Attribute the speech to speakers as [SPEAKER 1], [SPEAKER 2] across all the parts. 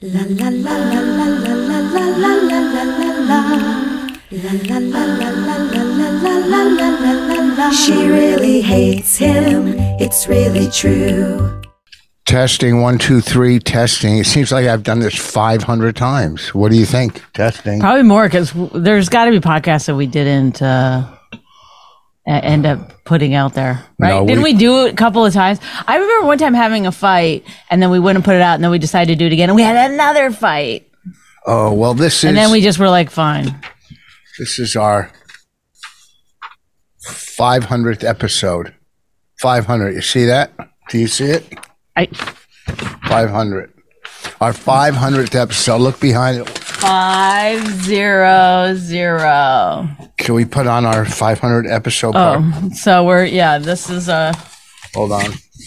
[SPEAKER 1] La la la la la la la la la la la la la. La la la la la la la la la la la la la. She really hates him. It's really true.
[SPEAKER 2] Testing one, two, three, testing. It seems like I've done this 500 times. What do you think? Testing.
[SPEAKER 3] Probably more because there's got to be podcasts that we didn't uh, e- end up putting out there, right?
[SPEAKER 2] No,
[SPEAKER 3] Didn't
[SPEAKER 2] we-
[SPEAKER 3] we do it a couple of times? I remember one time having a fight and then we wouldn't put it out, and then we decided to do it again, and we had another fight,
[SPEAKER 2] Oh, well, this is
[SPEAKER 3] and then we just were like, "Fine."
[SPEAKER 2] this is our 500th episode. 500. You see that? Do you see it?
[SPEAKER 3] I
[SPEAKER 2] 500. Our 500th episode. Look behind it.
[SPEAKER 3] five zero zero.
[SPEAKER 2] Can we put on our 500 episode part?
[SPEAKER 3] Oh, so we're yeah. This is uh
[SPEAKER 2] Hold on.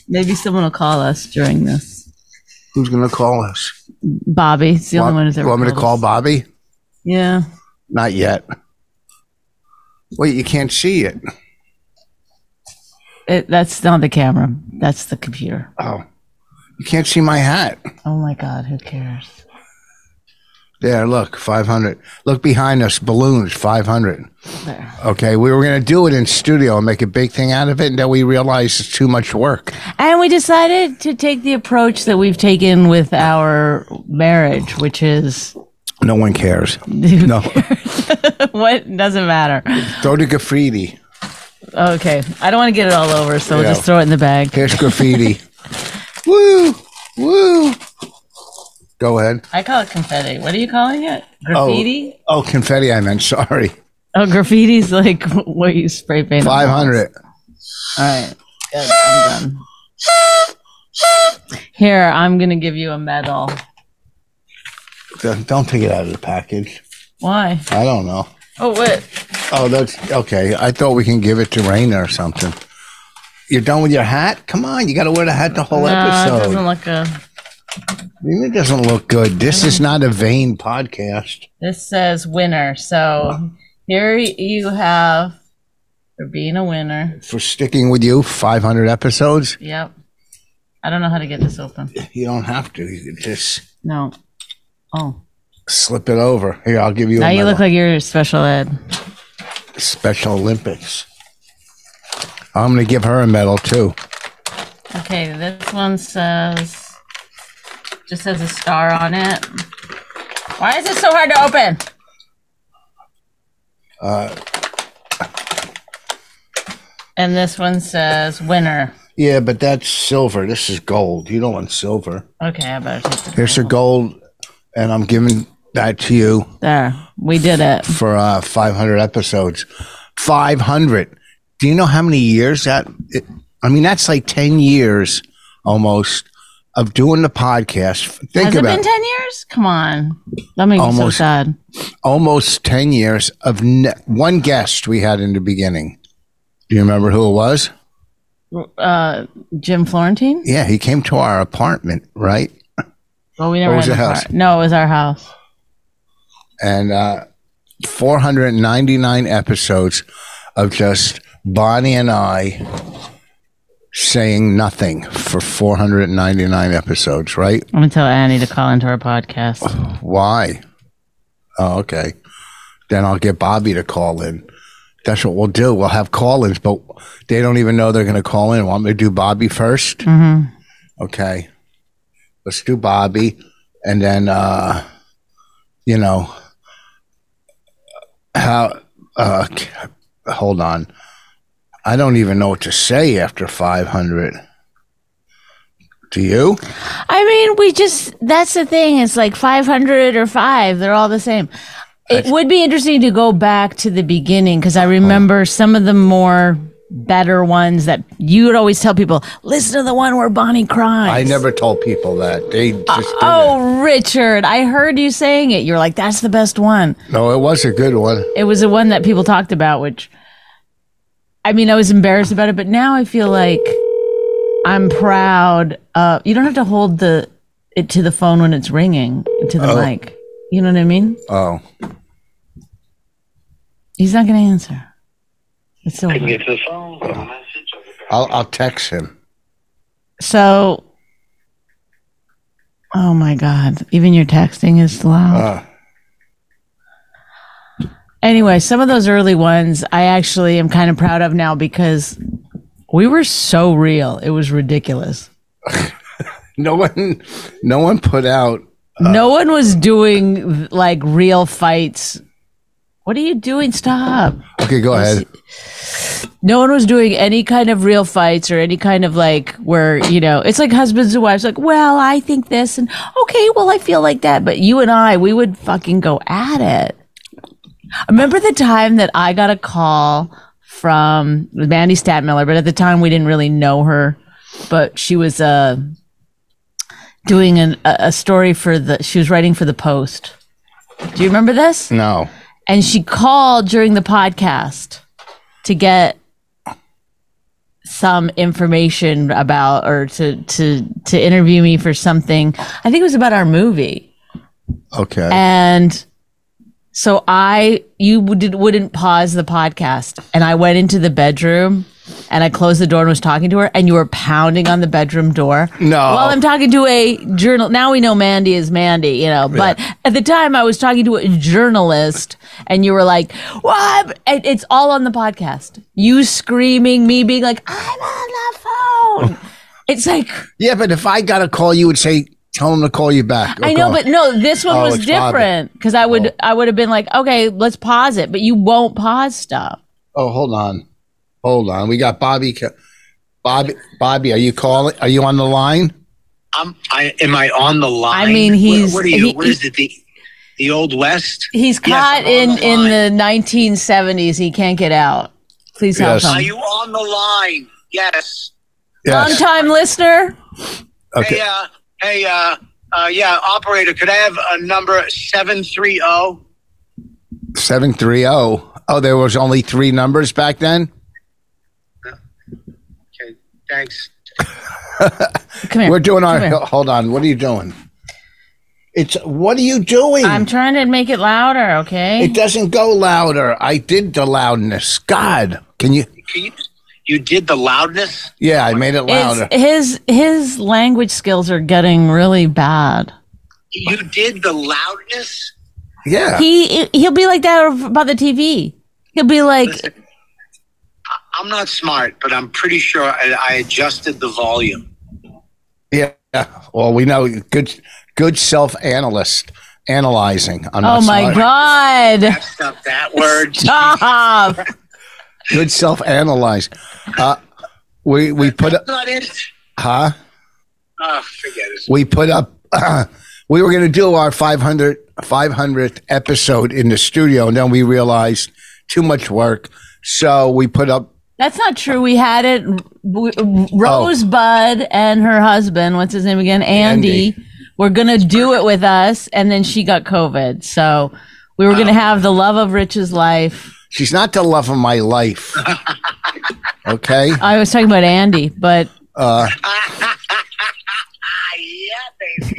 [SPEAKER 3] maybe someone will call us during this.
[SPEAKER 2] Who's going to call us?
[SPEAKER 3] Bobby, it's the only one who's
[SPEAKER 2] you
[SPEAKER 3] ever.
[SPEAKER 2] want me to
[SPEAKER 3] called
[SPEAKER 2] call
[SPEAKER 3] us.
[SPEAKER 2] Bobby?
[SPEAKER 3] Yeah.
[SPEAKER 2] Not yet. Wait, you can't see it.
[SPEAKER 3] It, that's not the camera. That's the computer.
[SPEAKER 2] Oh, you can't see my hat.
[SPEAKER 3] Oh my God, who cares?
[SPEAKER 2] There, look, 500. Look behind us, balloons, 500.
[SPEAKER 3] There.
[SPEAKER 2] Okay, we were going to do it in studio and make a big thing out of it, and then we realized it's too much work.
[SPEAKER 3] And we decided to take the approach that we've taken with our marriage, which is
[SPEAKER 2] No one cares. no.
[SPEAKER 3] what doesn't matter.
[SPEAKER 2] Throw the graffiti.
[SPEAKER 3] Okay, I don't want to get it all over, so we'll
[SPEAKER 2] Yeah.
[SPEAKER 3] just throw it in the bag.
[SPEAKER 2] Here's graffiti. woo, woo. Go ahead.
[SPEAKER 3] I call it confetti. What are you calling it? Graffiti?
[SPEAKER 2] Oh, confetti, I meant. Sorry.
[SPEAKER 3] Oh, graffiti's like what you spray paint. on.
[SPEAKER 2] 500.
[SPEAKER 3] All right, good. I'm done. Here, I'm gonna give you a medal.
[SPEAKER 2] Don't don't take it out of the package.
[SPEAKER 3] Why?
[SPEAKER 2] I don't know.
[SPEAKER 3] Oh, what?
[SPEAKER 2] Oh, that's okay. I thought we can give it to Raina or something. You're done with your hat? Come on, you got to wear the hat the whole
[SPEAKER 3] No, it
[SPEAKER 2] episode.
[SPEAKER 3] doesn't look a.
[SPEAKER 2] I mean, it doesn't look good. This is not a vain podcast.
[SPEAKER 3] This says winner. So here you have for being a winner.
[SPEAKER 2] For sticking with you 500 episodes,
[SPEAKER 3] Yep. I don't know how to get this open.
[SPEAKER 2] you don't have to. You can just
[SPEAKER 3] No. Oh.
[SPEAKER 2] slip it over. Here, I'll give you
[SPEAKER 3] Now
[SPEAKER 2] a
[SPEAKER 3] you
[SPEAKER 2] medal.
[SPEAKER 3] look like you're special ed.
[SPEAKER 2] Special Olympics. I'm going to give her a medal too.
[SPEAKER 3] Okay, this one says just has a star on it. Why is it so hard to open? Uh. and this one says winner.
[SPEAKER 2] Yeah, but that's silver. This is gold. You don't want silver.
[SPEAKER 3] Okay, I better take this.
[SPEAKER 2] Here's your gold, and I'm giving that to you.
[SPEAKER 3] There. We did it.
[SPEAKER 2] for uh, 500 episodes. 500. Do you know how many years that? It, I mean, that's like 10 years almost of doing the podcast. Think
[SPEAKER 3] Has it
[SPEAKER 2] about
[SPEAKER 3] been
[SPEAKER 2] it.
[SPEAKER 3] ten years? Come on. That makes me so
[SPEAKER 2] Almost.
[SPEAKER 3] sad.
[SPEAKER 2] almost 10 years of ne- one guest we had in the beginning. Do you remember who it was?
[SPEAKER 3] Uh, Jim Florentine?
[SPEAKER 2] Yeah, he came to our apartment, right?
[SPEAKER 3] Well, we never
[SPEAKER 2] Or was
[SPEAKER 3] had
[SPEAKER 2] it
[SPEAKER 3] a
[SPEAKER 2] house?
[SPEAKER 3] car. No, it was our house.
[SPEAKER 2] And uh, 499 episodes of just Bonnie and I saying nothing for 499 episodes, right?
[SPEAKER 3] I'm gonna tell Annie to call into our podcast.
[SPEAKER 2] Why? Oh, okay. Then I'll get Bobby to call in. That's what we'll do. We'll have call ins, but they don't even know they're going to call in. Want me to do Bobby 1st
[SPEAKER 3] Mm-hmm.
[SPEAKER 2] Okay. Let's do Bobby. And then, uh, you know, how, uh, c- hold on. I don't even know what to say after 500. Do you?
[SPEAKER 3] I mean, we just that's the thing. It's like 500 or five; they're all the same. It would be interesting to go back to the beginning because I remember some of the more better ones that you would always tell people. Listen to the one where Bonnie cries.
[SPEAKER 2] I never told people that. They just. do that.
[SPEAKER 3] Oh, Richard, I heard you saying it. You're like, that's the best one.
[SPEAKER 2] No, it was a good one.
[SPEAKER 3] It was the one that people talked about, which I mean, I was embarrassed about it, but now I feel like I'm proud. Uh, you don't have to hold the it to the phone when it's ringing to the mic. You know what I mean?
[SPEAKER 2] Oh,
[SPEAKER 3] He's not going to answer. It's so
[SPEAKER 4] If the phone got a message
[SPEAKER 2] I'll I'll text him.
[SPEAKER 3] so. Oh my God. Even your texting is loud.
[SPEAKER 2] Uh,
[SPEAKER 3] Anyway, some of those early ones I actually am kind of proud of now because we were so real. It was ridiculous.
[SPEAKER 2] no one, no one put out.
[SPEAKER 3] no one was doing like real fights. What are you doing? Stop.
[SPEAKER 2] Okay, go ahead.
[SPEAKER 3] No one was doing any kind of real fights or any kind of like where, you know, it's like husbands and wives, like, well, I think this and okay, well, I feel like that. But you and I, we would fucking go at it. Remember the time that I got a call from Mandy Statmiller, but at the time we didn't really know her, but she was uh, doing an, a, a story for the, she was writing for the Post. Do you remember this?
[SPEAKER 2] No.
[SPEAKER 3] and she called during the podcast to get some information about or to to to interview me for something i think it was about our movie
[SPEAKER 2] Okay.
[SPEAKER 3] and so i you would, wouldn't pause the podcast and i went into the bedroom and i closed the door and was talking to her and you were pounding on the bedroom door
[SPEAKER 2] No.
[SPEAKER 3] while i'm talking to a journal now we know mandy is mandy you know but at the time i was talking to a journalist and you were like what And it's all on the podcast you screaming me being like i'm on the phone it's like
[SPEAKER 2] yeah, but if I got a call, you would say, "Tell him to call you back." or
[SPEAKER 3] I know,
[SPEAKER 2] call-
[SPEAKER 3] but no, this one
[SPEAKER 2] Oh,
[SPEAKER 3] was
[SPEAKER 2] it's Bobby.
[SPEAKER 3] different because I
[SPEAKER 2] Oh.
[SPEAKER 3] would I would have been like, okay, let's pause it, but you won't pause stuff.
[SPEAKER 2] Oh, hold on, hold on. We got Bobby. Ca- Bobby, Bobby, are you calling? Are you on the line?
[SPEAKER 4] I'm. I am I on the line?
[SPEAKER 3] I mean,
[SPEAKER 4] What-
[SPEAKER 3] he's-
[SPEAKER 4] What, are you?
[SPEAKER 3] he-
[SPEAKER 4] what is it? The the old west?
[SPEAKER 3] He's
[SPEAKER 4] Yes,
[SPEAKER 3] caught
[SPEAKER 4] I'm on
[SPEAKER 3] in
[SPEAKER 4] the
[SPEAKER 3] in
[SPEAKER 4] line.
[SPEAKER 3] the 1970s. He can't get out. Please help
[SPEAKER 2] Yes.
[SPEAKER 4] Are
[SPEAKER 3] him.
[SPEAKER 4] you on the line? Yes.
[SPEAKER 3] Long time listener.
[SPEAKER 2] Okay.
[SPEAKER 4] Hey. Uh, hey. Uh, uh, yeah. Operator, could I have a number seven three oh? zero?
[SPEAKER 2] Seven three zero. Oh, there was only three numbers back then.
[SPEAKER 4] Okay. Thanks.
[SPEAKER 3] Come here.
[SPEAKER 2] We're doing our.
[SPEAKER 3] Come here.
[SPEAKER 2] Hold on. What are you doing? It's. What are you doing?
[SPEAKER 3] I'm trying to make it louder. Okay.
[SPEAKER 2] it doesn't go louder. I did the loudness. God, can you?
[SPEAKER 4] Can you? You did the loudness.
[SPEAKER 2] Yeah, I made it louder.
[SPEAKER 3] It's, his his language skills are getting really bad.
[SPEAKER 4] You did the loudness.
[SPEAKER 2] yeah.
[SPEAKER 3] He he'll be like that about the TV. He'll be like,
[SPEAKER 4] Listen, I- I'm not smart, but I'm pretty sure I, I adjusted the volume.
[SPEAKER 2] yeah. Well, we know good. Good self analyst analyzing. I'm
[SPEAKER 3] "Oh
[SPEAKER 2] not
[SPEAKER 3] my
[SPEAKER 2] smart.
[SPEAKER 3] god,
[SPEAKER 4] That's not that word.
[SPEAKER 3] stop!"
[SPEAKER 2] Good self analyze. Uh, we we put up.
[SPEAKER 4] That's not it.
[SPEAKER 2] Huh.
[SPEAKER 4] Oh, forget it.
[SPEAKER 2] we put up we were going to do our 500 500th episode in the studio and then we realized too much work so we put up
[SPEAKER 3] That's not true. We had it. w-
[SPEAKER 2] Oh.
[SPEAKER 3] w- Rosebud and her husband, what's his name again? Andy,
[SPEAKER 2] Andy.
[SPEAKER 3] were going to do it with us. And then she got COVID. So we were going to have the love of Rich's life.
[SPEAKER 2] she's not the love of my life okay
[SPEAKER 3] I was talking about Andy, but
[SPEAKER 2] Uh.
[SPEAKER 4] Yeah, baby.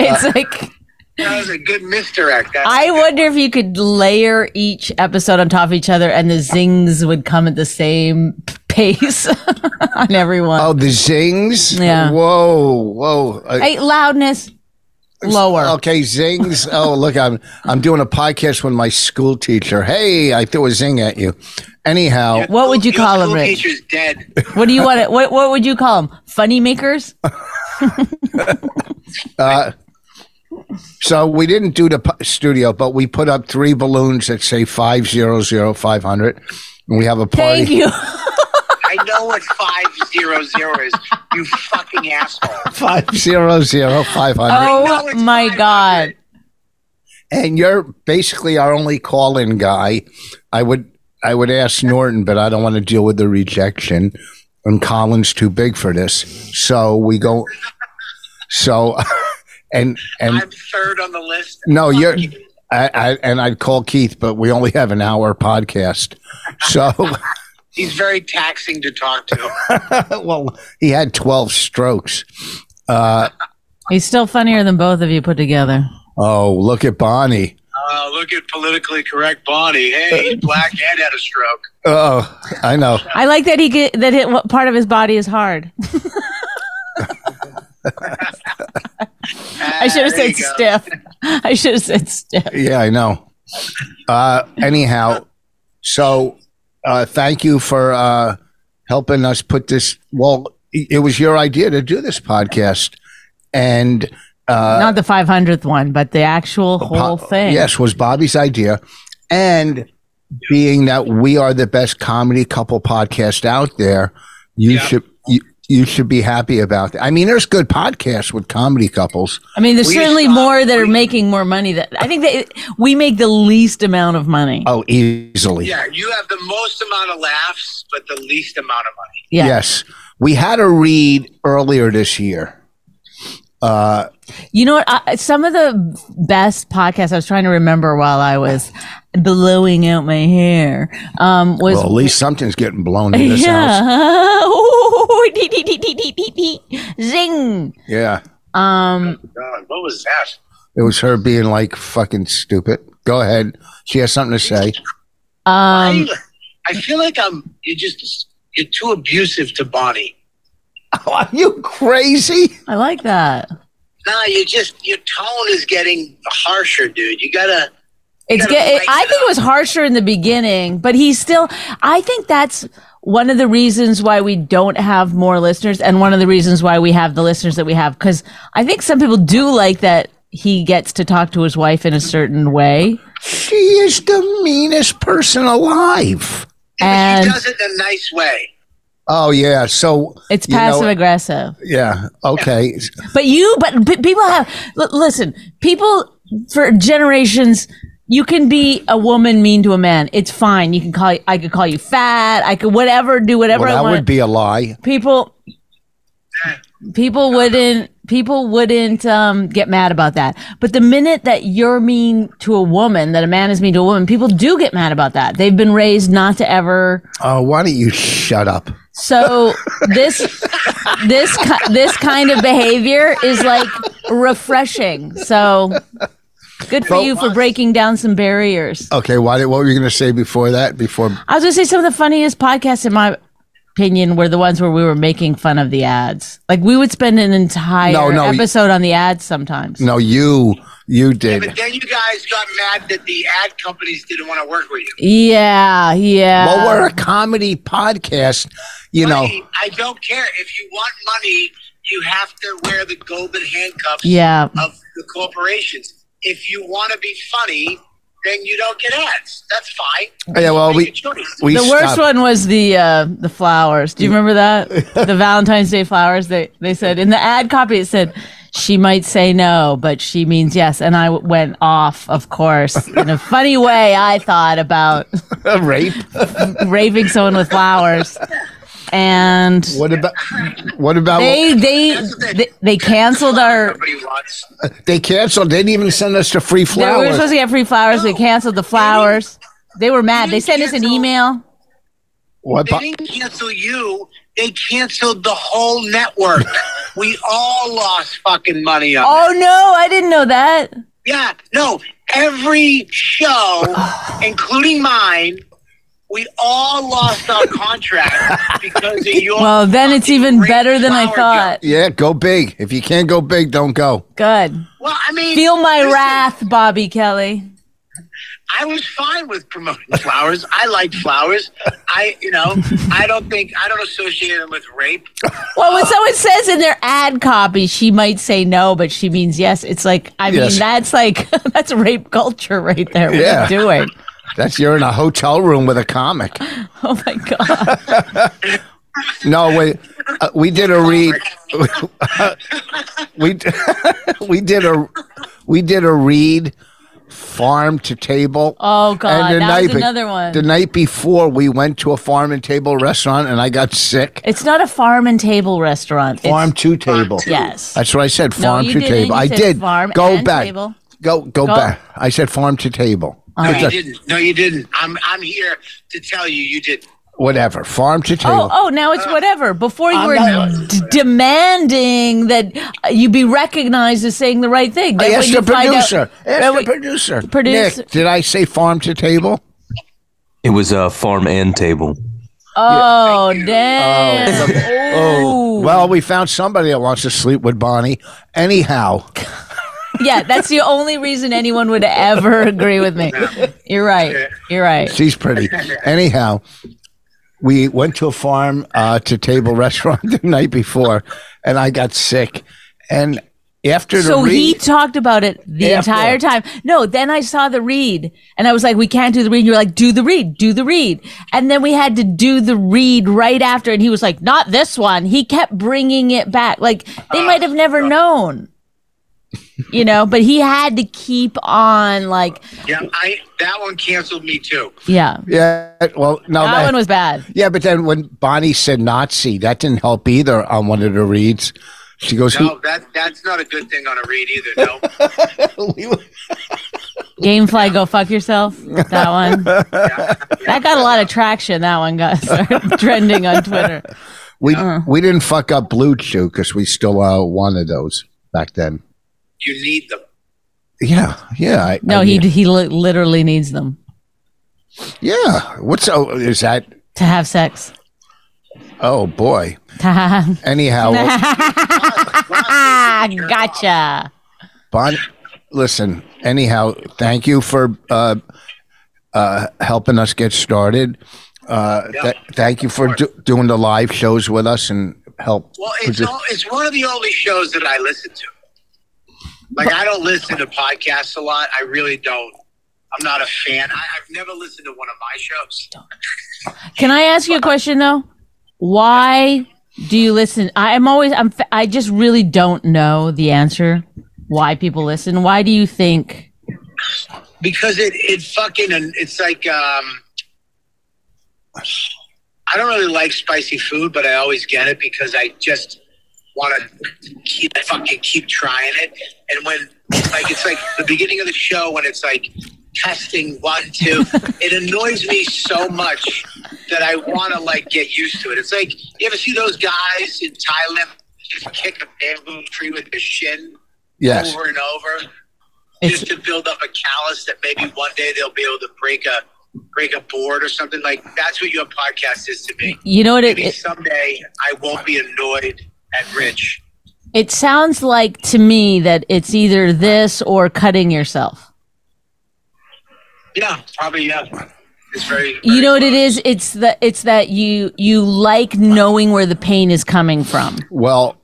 [SPEAKER 3] it's like,
[SPEAKER 4] That was a good misdirect. That's
[SPEAKER 3] I wonder if you could layer each episode on top of each other and the zings would come at the same pace on everyone.
[SPEAKER 2] oh the zings
[SPEAKER 3] Yeah.
[SPEAKER 2] whoa whoa Uh,
[SPEAKER 3] Hey, loudness lower.
[SPEAKER 2] okay zings oh look i'm i'm doing a podcast with my school teacher hey i threw a zing at you anyhow
[SPEAKER 3] What would you
[SPEAKER 4] Your
[SPEAKER 3] call him,
[SPEAKER 4] school
[SPEAKER 3] Rich?
[SPEAKER 4] Teacher's dead.
[SPEAKER 3] What do you want to, what, what would you call them? Funny makers?
[SPEAKER 2] So we didn't do the pu- studio, but we put up three balloons that say 500500 and we have a party.
[SPEAKER 3] Thank you.
[SPEAKER 4] I know what five zero zero is. You fucking asshole.
[SPEAKER 2] 500500.
[SPEAKER 4] No,
[SPEAKER 3] Oh
[SPEAKER 4] it's
[SPEAKER 3] my
[SPEAKER 4] 500.
[SPEAKER 3] god.
[SPEAKER 2] And you're basically our only call-in guy. I would I would ask Norton, but I don't want to deal with the rejection. And Colin's too big for this. So we go So and and
[SPEAKER 4] I'm third on the list.
[SPEAKER 2] No, you're. I, I and I'd call Keith, but we only have an hour podcast. So,
[SPEAKER 4] He's very taxing to talk to.
[SPEAKER 2] well, he had twelve strokes.
[SPEAKER 3] He's still funnier than both of you put together.
[SPEAKER 2] Oh, look at Bonnie.
[SPEAKER 4] Uh, look at politically correct Bonnie. Hey, black and had a stroke.
[SPEAKER 2] Oh, I know.
[SPEAKER 3] I like that he get that it, what part of his body is hard. I should have
[SPEAKER 4] Ah, There
[SPEAKER 3] said
[SPEAKER 4] you go.
[SPEAKER 3] stiff. I should have said stiff.
[SPEAKER 2] Yeah, I know. Uh, anyhow, so uh, thank you for uh, helping us put this. Well, i- it was your idea to do this podcast, and uh,
[SPEAKER 3] Not the 500th one, but the actual whole
[SPEAKER 2] po-
[SPEAKER 3] thing.
[SPEAKER 2] Yes, was Bobby's idea, and being that we are the best comedy couple podcast out there, you
[SPEAKER 4] Yeah.
[SPEAKER 2] should you, you should be happy about that. I mean, there's good podcasts with comedy couples.
[SPEAKER 3] I mean, there's
[SPEAKER 4] We
[SPEAKER 3] certainly
[SPEAKER 4] saw-
[SPEAKER 3] more that are making more money. That I think that we make the least amount of money.
[SPEAKER 2] Oh, easily.
[SPEAKER 4] Yeah, you have the most amount of laughs, but the least amount of money.
[SPEAKER 3] yeah.
[SPEAKER 2] Yes. We had a read earlier this year. Uh,
[SPEAKER 3] You know what? I, some of the best podcasts I was trying to remember while I was blowing out my hair um, was.
[SPEAKER 2] well, at least something's getting blown in this house.
[SPEAKER 3] yeah. Ooh, dee, dee, dee, dee, dee, dee, dee. Zing.
[SPEAKER 2] Yeah.
[SPEAKER 3] Um,
[SPEAKER 4] God, what was that?
[SPEAKER 2] It was her being like fucking stupid. Go ahead. She has something to say.
[SPEAKER 3] um,
[SPEAKER 4] I, I feel like I'm. You just you're too abusive to Bonnie.
[SPEAKER 2] Are you crazy?
[SPEAKER 3] I like that.
[SPEAKER 4] Nah, you just your tone is getting harsher, dude. You gotta.
[SPEAKER 3] It's
[SPEAKER 4] gotta
[SPEAKER 3] get,
[SPEAKER 4] spice
[SPEAKER 3] I
[SPEAKER 4] it
[SPEAKER 3] think it was harsher in the beginning, but he's still. I think that's one of the reasons why we don't have more listeners, and one of the reasons why we have the listeners that we have. Because I think some people do like that he gets to talk to his wife in a certain way.
[SPEAKER 2] She is the meanest person alive.
[SPEAKER 4] But
[SPEAKER 3] And-
[SPEAKER 4] she does it in a nice way.
[SPEAKER 2] Oh yeah. So
[SPEAKER 3] It's
[SPEAKER 2] you know-
[SPEAKER 3] passive aggressive.
[SPEAKER 2] yeah. Okay.
[SPEAKER 3] But you, but p- people have. L- listen, people for generations. You can be a woman mean to a man. It's fine. You can call. You, I could call you fat. I could whatever. Do whatever
[SPEAKER 2] Well,
[SPEAKER 3] I
[SPEAKER 2] that
[SPEAKER 3] want.
[SPEAKER 2] would be a lie.
[SPEAKER 3] people people wouldn't people wouldn't um, get mad about that but the minute that you're mean to a woman that a man is mean to a woman people do get mad about that they've been raised not to ever
[SPEAKER 2] Oh, why don't you shut up?
[SPEAKER 3] so this this ki- this kind of behavior is like refreshing so good for you for breaking down some barriers
[SPEAKER 2] Okay. Why did? What were you going to say before that? Before
[SPEAKER 3] i was going to say some of the funniest podcasts in my opinion were the ones where we were making fun of the ads like we would spend an entire
[SPEAKER 2] No, no, y-
[SPEAKER 3] episode on the ads sometimes
[SPEAKER 2] no, you you did.
[SPEAKER 4] But then you guys got mad that the ad companies didn't want to work with you.
[SPEAKER 3] yeah yeah
[SPEAKER 2] well, we're a comedy podcast. You know.
[SPEAKER 4] Hey, I don't care. If you want money, you have to wear the golden handcuffs
[SPEAKER 3] yeah
[SPEAKER 4] of the corporations. If you want to be funny, then you don't get ads. That's fine.
[SPEAKER 2] Yeah. Well,
[SPEAKER 4] Make a
[SPEAKER 2] we
[SPEAKER 4] choice.
[SPEAKER 2] we
[SPEAKER 3] the worst
[SPEAKER 2] stopped.
[SPEAKER 3] one was the uh, the flowers. Do you remember that? the Valentine's Day flowers. They they said in the ad copy it said she might say no, but she means yes. And I w- went off, of course, in a funny way. I thought about
[SPEAKER 2] rape.
[SPEAKER 3] raping someone with flowers, and
[SPEAKER 2] What about what about
[SPEAKER 3] they they they, they canceled our.
[SPEAKER 4] Everybody wants.
[SPEAKER 2] they canceled? They didn't even send us the free
[SPEAKER 3] They, we were supposed
[SPEAKER 2] flowers.
[SPEAKER 3] to get free flowers. They canceled the flowers. They were mad. They sent us an
[SPEAKER 4] cancel-
[SPEAKER 3] email.
[SPEAKER 2] What
[SPEAKER 4] They
[SPEAKER 2] about-
[SPEAKER 4] didn't cancel you. They canceled the whole network. we all lost fucking money on. that.
[SPEAKER 3] Oh no, I didn't know that.
[SPEAKER 4] Yeah, no. Every show, including mine, we all lost our contract because of your.
[SPEAKER 3] Well, then it's even
[SPEAKER 4] fucking
[SPEAKER 3] better than I
[SPEAKER 4] flower
[SPEAKER 3] thought.
[SPEAKER 4] joke.
[SPEAKER 2] yeah, go big. If you can't go big, don't go.
[SPEAKER 3] Good.
[SPEAKER 4] Well, I mean,
[SPEAKER 3] Feel my
[SPEAKER 4] listen,
[SPEAKER 3] wrath, Bobby Kelly.
[SPEAKER 4] I was fine with promoting flowers. I liked flowers. I, you know, I don't think I don't associate them with rape.
[SPEAKER 3] Well, when someone says in their ad copy, she might say no, but she means yes. It's like, I
[SPEAKER 2] Yes.
[SPEAKER 3] mean, that's like, that's rape culture right there. What
[SPEAKER 2] Yeah.
[SPEAKER 3] are you doing?
[SPEAKER 2] That's you're in a hotel room with a comic.
[SPEAKER 3] Oh my God.
[SPEAKER 2] No, wait. Uh, we did a read. we we did a we did a read farm to table.
[SPEAKER 3] Oh God.
[SPEAKER 2] the
[SPEAKER 3] That was
[SPEAKER 2] be-
[SPEAKER 3] another one.
[SPEAKER 2] The night before, we went to a farm and table restaurant, and I got sick.
[SPEAKER 3] It's not a farm and table restaurant. It's-
[SPEAKER 2] Farm to table.
[SPEAKER 3] Yes.
[SPEAKER 2] That's what I said.
[SPEAKER 3] No,
[SPEAKER 2] Farm
[SPEAKER 3] you
[SPEAKER 2] to
[SPEAKER 3] didn't.
[SPEAKER 2] table.
[SPEAKER 3] You
[SPEAKER 2] I
[SPEAKER 3] said
[SPEAKER 2] did.
[SPEAKER 3] farm
[SPEAKER 2] go
[SPEAKER 3] and
[SPEAKER 2] back.
[SPEAKER 3] table.
[SPEAKER 2] Go go
[SPEAKER 3] Go-
[SPEAKER 2] back. I said farm to table.
[SPEAKER 4] No,
[SPEAKER 2] It's
[SPEAKER 4] you
[SPEAKER 2] a-
[SPEAKER 4] didn't. No, you didn't. I'm I'm here to tell you, you didn't.
[SPEAKER 2] whatever. Farm to
[SPEAKER 3] Oh,
[SPEAKER 2] table.
[SPEAKER 3] oh, now it's whatever. Before you were d- demanding that uh, you be recognized as saying the right thing.
[SPEAKER 2] I
[SPEAKER 3] Then
[SPEAKER 2] asked
[SPEAKER 3] when you
[SPEAKER 2] the
[SPEAKER 3] find out-
[SPEAKER 2] producer.
[SPEAKER 3] then
[SPEAKER 2] Ask the
[SPEAKER 3] when-
[SPEAKER 2] producer.
[SPEAKER 3] Producer-
[SPEAKER 2] Nick, did I say farm to table?
[SPEAKER 5] It was a farm and table.
[SPEAKER 3] Oh, damn.
[SPEAKER 2] Oh, well, we found somebody that wants to sleep with Bonnie. Anyhow,
[SPEAKER 3] Yeah, that's the only reason anyone would ever agree with me. You're right. You're right.
[SPEAKER 2] she's pretty. Anyhow, we went to a farm uh, to table restaurant the night before, and I got sick. And after the
[SPEAKER 3] So
[SPEAKER 2] re-
[SPEAKER 3] he talked about it the
[SPEAKER 2] After.
[SPEAKER 3] entire time. No, then I saw the read and I was like, we can't do the read. And you were like, do the read, do the read. And then we had to do the read right after. And he was like, not this one. He kept bringing it back. Like they might have never known, you know, but he had to keep on like,
[SPEAKER 4] Yeah, I that one canceled me too.
[SPEAKER 3] yeah,
[SPEAKER 2] yeah, well, no,
[SPEAKER 3] that
[SPEAKER 2] that-
[SPEAKER 3] one was bad.
[SPEAKER 2] yeah, but then when Bonnie said Nazi, that didn't help either on one of the reads. She goes, "Who-
[SPEAKER 4] No, that that's not a good thing on a read either. No,
[SPEAKER 3] Gamefly, go fuck yourself. That one. That got a lot of traction. That one got started trending on Twitter.
[SPEAKER 2] we
[SPEAKER 3] Uh-huh.
[SPEAKER 2] we didn't fuck up Blue Chew because we still uh, wanted those back then."
[SPEAKER 4] you need them.
[SPEAKER 2] Yeah, yeah. I,
[SPEAKER 3] No,
[SPEAKER 2] I
[SPEAKER 3] he
[SPEAKER 2] mean,
[SPEAKER 3] he li- literally needs them
[SPEAKER 2] Yeah. What's oh is that?
[SPEAKER 3] to have sex.
[SPEAKER 2] Oh boy.
[SPEAKER 3] To have-
[SPEAKER 2] Anyhow, well,
[SPEAKER 3] gotcha.
[SPEAKER 2] Bon, listen. Anyhow, thank you for uh, uh, helping us get started. Uh, th- thank you for do- doing the live shows with us and help.
[SPEAKER 4] Well, it's
[SPEAKER 2] produ-
[SPEAKER 4] all, it's one of the only shows that I listen to. Like I don't listen to podcasts a lot. I really don't. I'm not a fan. I, I've never listened to one of my shows.
[SPEAKER 3] Can I ask you a question though? Why do you listen? I, I'm always I'm fa- I just really don't know the answer why people listen. Why do you think?
[SPEAKER 4] because it it fucking and it's like um I don't really like spicy food, but I always get it because I just want to keep fucking keep trying it. And when like it's like the beginning of the show when it's like testing one two, it annoys me so much that I want to like get used to it. It's like you ever see those guys in Thailand just kick a bamboo tree with their shin
[SPEAKER 2] yes.
[SPEAKER 4] over and over
[SPEAKER 3] It's-
[SPEAKER 4] just to build up a callus that maybe one day they'll be able to break a break a board or something like that's what your podcast is to me
[SPEAKER 3] You know what it,
[SPEAKER 4] maybe
[SPEAKER 3] it
[SPEAKER 4] someday i won't be annoyed at rich
[SPEAKER 3] it sounds like to me that it's either this or cutting yourself.
[SPEAKER 4] yeah probably yeah it's very,
[SPEAKER 3] you
[SPEAKER 4] very
[SPEAKER 3] know what it
[SPEAKER 4] close.
[SPEAKER 3] is it's the it's that you you like knowing where the pain is coming from
[SPEAKER 2] Well,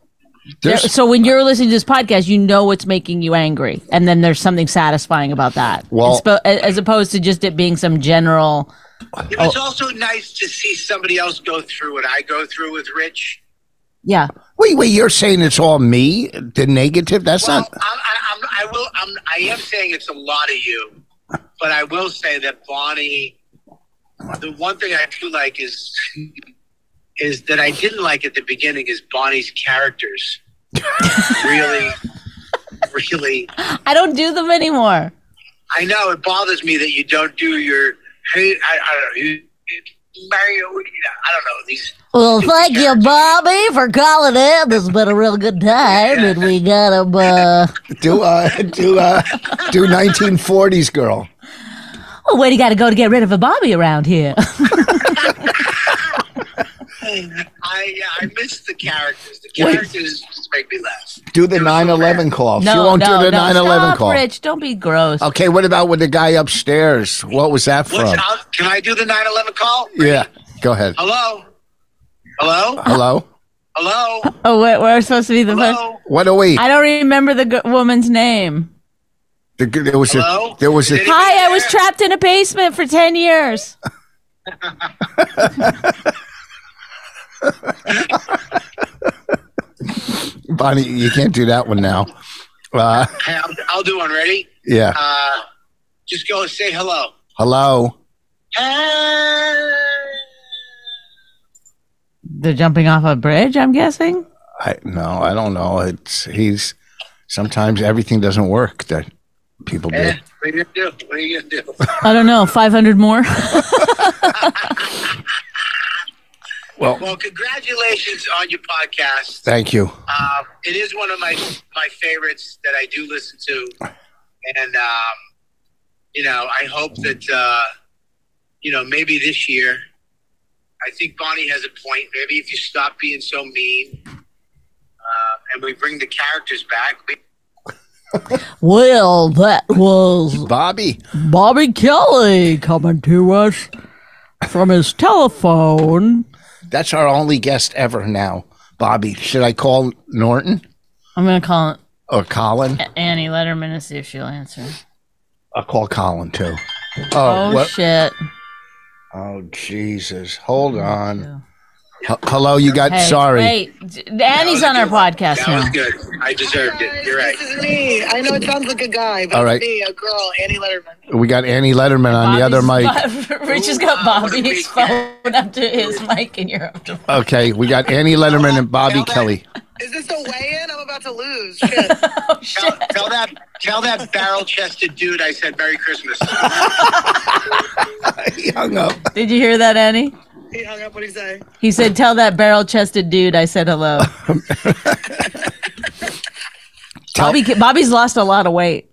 [SPEAKER 3] There-
[SPEAKER 2] there's
[SPEAKER 3] so when you're listening to this podcast you know what's making you angry and then there's something satisfying about that
[SPEAKER 2] Well-
[SPEAKER 3] as, po- as opposed to just it being some general
[SPEAKER 4] It was also nice to see somebody else go through what i go through with rich
[SPEAKER 3] yeah
[SPEAKER 2] wait, wait. You're saying it's all me? The negative? That's
[SPEAKER 4] well
[SPEAKER 2] not.
[SPEAKER 4] I'm, I, I'm, I will I'm, i am saying it's a lot of you but i will say that bonnie the one thing i do like is is that I didn't like at the beginning is Bonnie's characters. really, really.
[SPEAKER 3] i don't do them anymore
[SPEAKER 4] I know it bothers me that you don't do your. Hey, I, I don't know. You, Mario, I don't know these.
[SPEAKER 3] well thank you bobby for calling in this has been a real good time and we got him uh
[SPEAKER 2] Do uh do uh do 1940s girl.
[SPEAKER 3] oh where do you gotta go to get rid of a bobby around here
[SPEAKER 4] I yeah, I miss the characters. The characters just make me laugh.
[SPEAKER 2] Do the 9/11 call. she won't
[SPEAKER 3] no,
[SPEAKER 2] do the
[SPEAKER 3] no,
[SPEAKER 2] 9/11
[SPEAKER 3] stop,
[SPEAKER 2] call.
[SPEAKER 3] rich don't be gross
[SPEAKER 2] Okay, what about with the guy upstairs? What was that from?
[SPEAKER 4] What's, I'll, can I do the 9/11 call?
[SPEAKER 2] Yeah, go ahead.
[SPEAKER 4] Hello, hello,
[SPEAKER 2] Hello.
[SPEAKER 4] hello,
[SPEAKER 3] oh wait, we're supposed to be the first
[SPEAKER 4] hello.
[SPEAKER 2] What are we?
[SPEAKER 3] I don't remember the g- woman's name.
[SPEAKER 2] The, there was
[SPEAKER 4] Hello?
[SPEAKER 2] a. There was a.
[SPEAKER 4] Did
[SPEAKER 3] Hi, I was trapped in a basement for 10 years.
[SPEAKER 2] Bonnie, you can't do that one now. Uh,
[SPEAKER 4] Hey, I'll, I'll do one. Ready?
[SPEAKER 2] yeah.
[SPEAKER 4] Uh, just go say hello.
[SPEAKER 2] Hello.
[SPEAKER 3] They're jumping off a bridge, I'm guessing.
[SPEAKER 2] I no, I don't know. It's he's. Sometimes everything doesn't work that people do.
[SPEAKER 4] Eh, What are you gonna do? What are you gonna do?
[SPEAKER 3] I don't know, 500 more?
[SPEAKER 2] Well,
[SPEAKER 4] Well, congratulations on your podcast.
[SPEAKER 2] thank you.
[SPEAKER 4] Um, it is one of my my favorites that I do listen to, and um, you know, I hope that uh, you know maybe this year I think Bonnie has a point. Maybe if you stop being so mean uh, and we bring the characters back, we-
[SPEAKER 3] Well, that was
[SPEAKER 2] Bobby.
[SPEAKER 3] Bobby Kelly coming to us from his telephone.
[SPEAKER 2] That's our only guest ever now. Bobby, should I call Norton
[SPEAKER 3] I'm going to call
[SPEAKER 2] or Colin?
[SPEAKER 3] Annie Letterman and see if she'll answer.
[SPEAKER 2] I'll call Colin too. Oh,
[SPEAKER 3] Oh,
[SPEAKER 2] what?
[SPEAKER 3] shit.
[SPEAKER 2] oh Jesus! Hold on. H- Hello, you got sorry.
[SPEAKER 3] Wait, J- Annie's on our podcast
[SPEAKER 4] that was
[SPEAKER 3] now.
[SPEAKER 4] good. I deserved it. You're right.
[SPEAKER 5] This is me. I know it sounds like a guy, but
[SPEAKER 2] All right.
[SPEAKER 5] it's me, a girl, Annie Letterman.
[SPEAKER 2] We got Annie Letterman on the other mic.
[SPEAKER 3] Bobby's- Rich has got Bobby's phone up to his mic, and you're up to
[SPEAKER 2] Okay, we got Annie Letterman and Bobby Kelly.
[SPEAKER 5] Is this a weigh-in? I'm about to lose. Shit.
[SPEAKER 3] oh,
[SPEAKER 4] Tell, tell that tell that barrel chested dude I said Merry Christmas.
[SPEAKER 2] He hung up.
[SPEAKER 3] Did you hear that, Annie?
[SPEAKER 5] he hung up. What did he say?
[SPEAKER 3] He said, "Tell that barrel-chested dude I said hello." Bobby, Bobby's lost a lot of weight.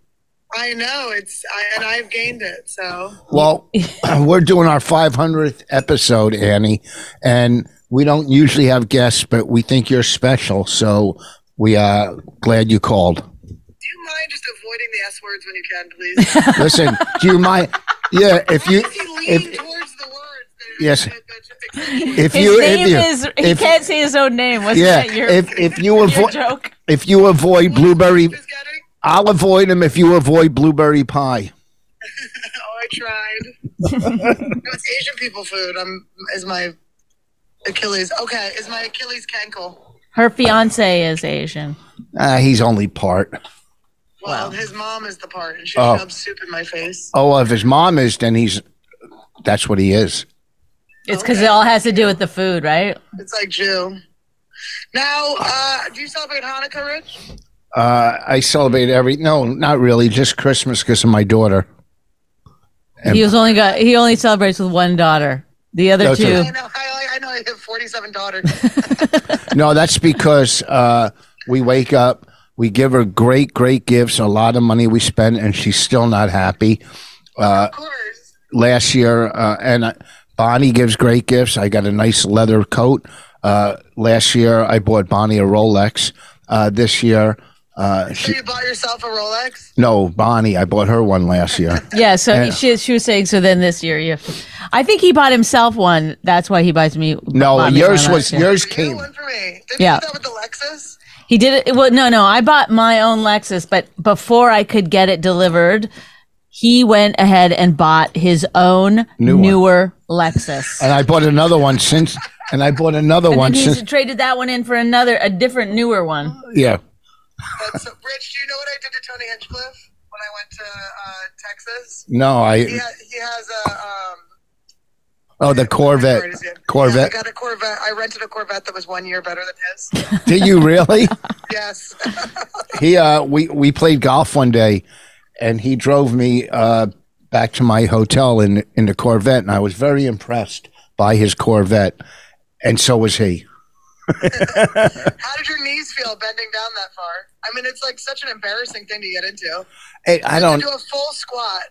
[SPEAKER 5] I know it's, I, and I've gained it. So
[SPEAKER 2] Well, we're doing our 500th episode, Annie, and we don't usually have guests, but we think you're special, so we are glad you called.
[SPEAKER 5] do you mind just avoiding the S words when you can, please?
[SPEAKER 2] Listen, do you mind? Yeah, if you
[SPEAKER 5] If you lean
[SPEAKER 2] if
[SPEAKER 5] towards the words, then
[SPEAKER 2] Yes.
[SPEAKER 5] that- that just-
[SPEAKER 2] if
[SPEAKER 3] His
[SPEAKER 2] you
[SPEAKER 3] name
[SPEAKER 2] if you
[SPEAKER 3] is. He
[SPEAKER 2] if,
[SPEAKER 3] can't say his own name. Wasn't
[SPEAKER 2] yeah
[SPEAKER 3] that your,
[SPEAKER 2] if if you
[SPEAKER 3] your
[SPEAKER 2] avoid
[SPEAKER 3] joke?
[SPEAKER 2] if you avoid blueberry,
[SPEAKER 5] is getting.
[SPEAKER 2] I'll avoid him if you avoid blueberry pie.
[SPEAKER 5] Oh, I tried. it's Asian people food. I'm is my Achilles. Okay, is my Achilles cankle?
[SPEAKER 3] Her fiance is Asian.
[SPEAKER 2] Ah, he's only part.
[SPEAKER 5] Well, his mom is the part, and she
[SPEAKER 2] Oh.
[SPEAKER 5] shoves soup in my face.
[SPEAKER 2] Oh, if his mom is, then he's that's what he is.
[SPEAKER 3] It's because it all has to do with the food, right?
[SPEAKER 5] It's like Jew. Now, uh, do you celebrate Hanukkah, Rich?
[SPEAKER 2] Uh, I celebrate every no, not really, just Christmas because of my daughter. And-
[SPEAKER 3] He was only got. He only celebrates with one daughter. The other
[SPEAKER 2] No,
[SPEAKER 3] two.
[SPEAKER 2] true.
[SPEAKER 5] I know. I, I know. I have forty-seven daughters.
[SPEAKER 2] No, that's because uh, we wake up, we give her great, great gifts, a lot of money we spend, and she's still not happy.
[SPEAKER 5] of course.
[SPEAKER 2] Last year, uh, and uh, Bonnie gives great gifts. I got a nice leather coat. Uh, last year, I bought Bonnie a Rolex. Uh, this year, uh,
[SPEAKER 5] So
[SPEAKER 2] she,
[SPEAKER 5] you bought yourself a Rolex?
[SPEAKER 2] no, Bonnie, I bought her one last year.
[SPEAKER 3] Yeah, so he- she she was saying so. Then this year, you have to. I think he bought himself one. That's why he buys me.
[SPEAKER 2] No,
[SPEAKER 3] bought me
[SPEAKER 2] yours
[SPEAKER 3] one
[SPEAKER 2] was
[SPEAKER 3] last year.
[SPEAKER 2] yours
[SPEAKER 5] You
[SPEAKER 2] came.
[SPEAKER 5] got one for me. Did
[SPEAKER 3] Yeah.
[SPEAKER 5] you do that with the Lexus?
[SPEAKER 3] He did it. Well, no, no. I bought my own Lexus, but before I could get it delivered, he went ahead and bought his own
[SPEAKER 2] New one.
[SPEAKER 3] newer Lexus.
[SPEAKER 2] and I bought another one since, and I bought another one
[SPEAKER 3] And he's
[SPEAKER 2] since.
[SPEAKER 3] traded that one in for another, a different, newer one.
[SPEAKER 2] Yeah,
[SPEAKER 5] That's so, Rich, do you know what I did to Tony Hinchcliffe when I went to uh, Texas?
[SPEAKER 2] no,
[SPEAKER 5] He,
[SPEAKER 2] I
[SPEAKER 5] ha- he has a. Um,
[SPEAKER 2] oh the Corvette,
[SPEAKER 5] where is it? Yeah, I
[SPEAKER 2] Corvette.
[SPEAKER 5] got a Corvette. I rented a Corvette that was one year better than his.
[SPEAKER 2] Did you really?
[SPEAKER 5] yes.
[SPEAKER 2] He uh, we we played golf one day, and he drove me uh back to my hotel in in the Corvette, and I was very impressed by his Corvette, and so was he.
[SPEAKER 5] How did your knees feel bending down that far? I mean, it's like such an embarrassing thing to get into.
[SPEAKER 2] Hey, I
[SPEAKER 5] To
[SPEAKER 2] don't.
[SPEAKER 5] do a full squat,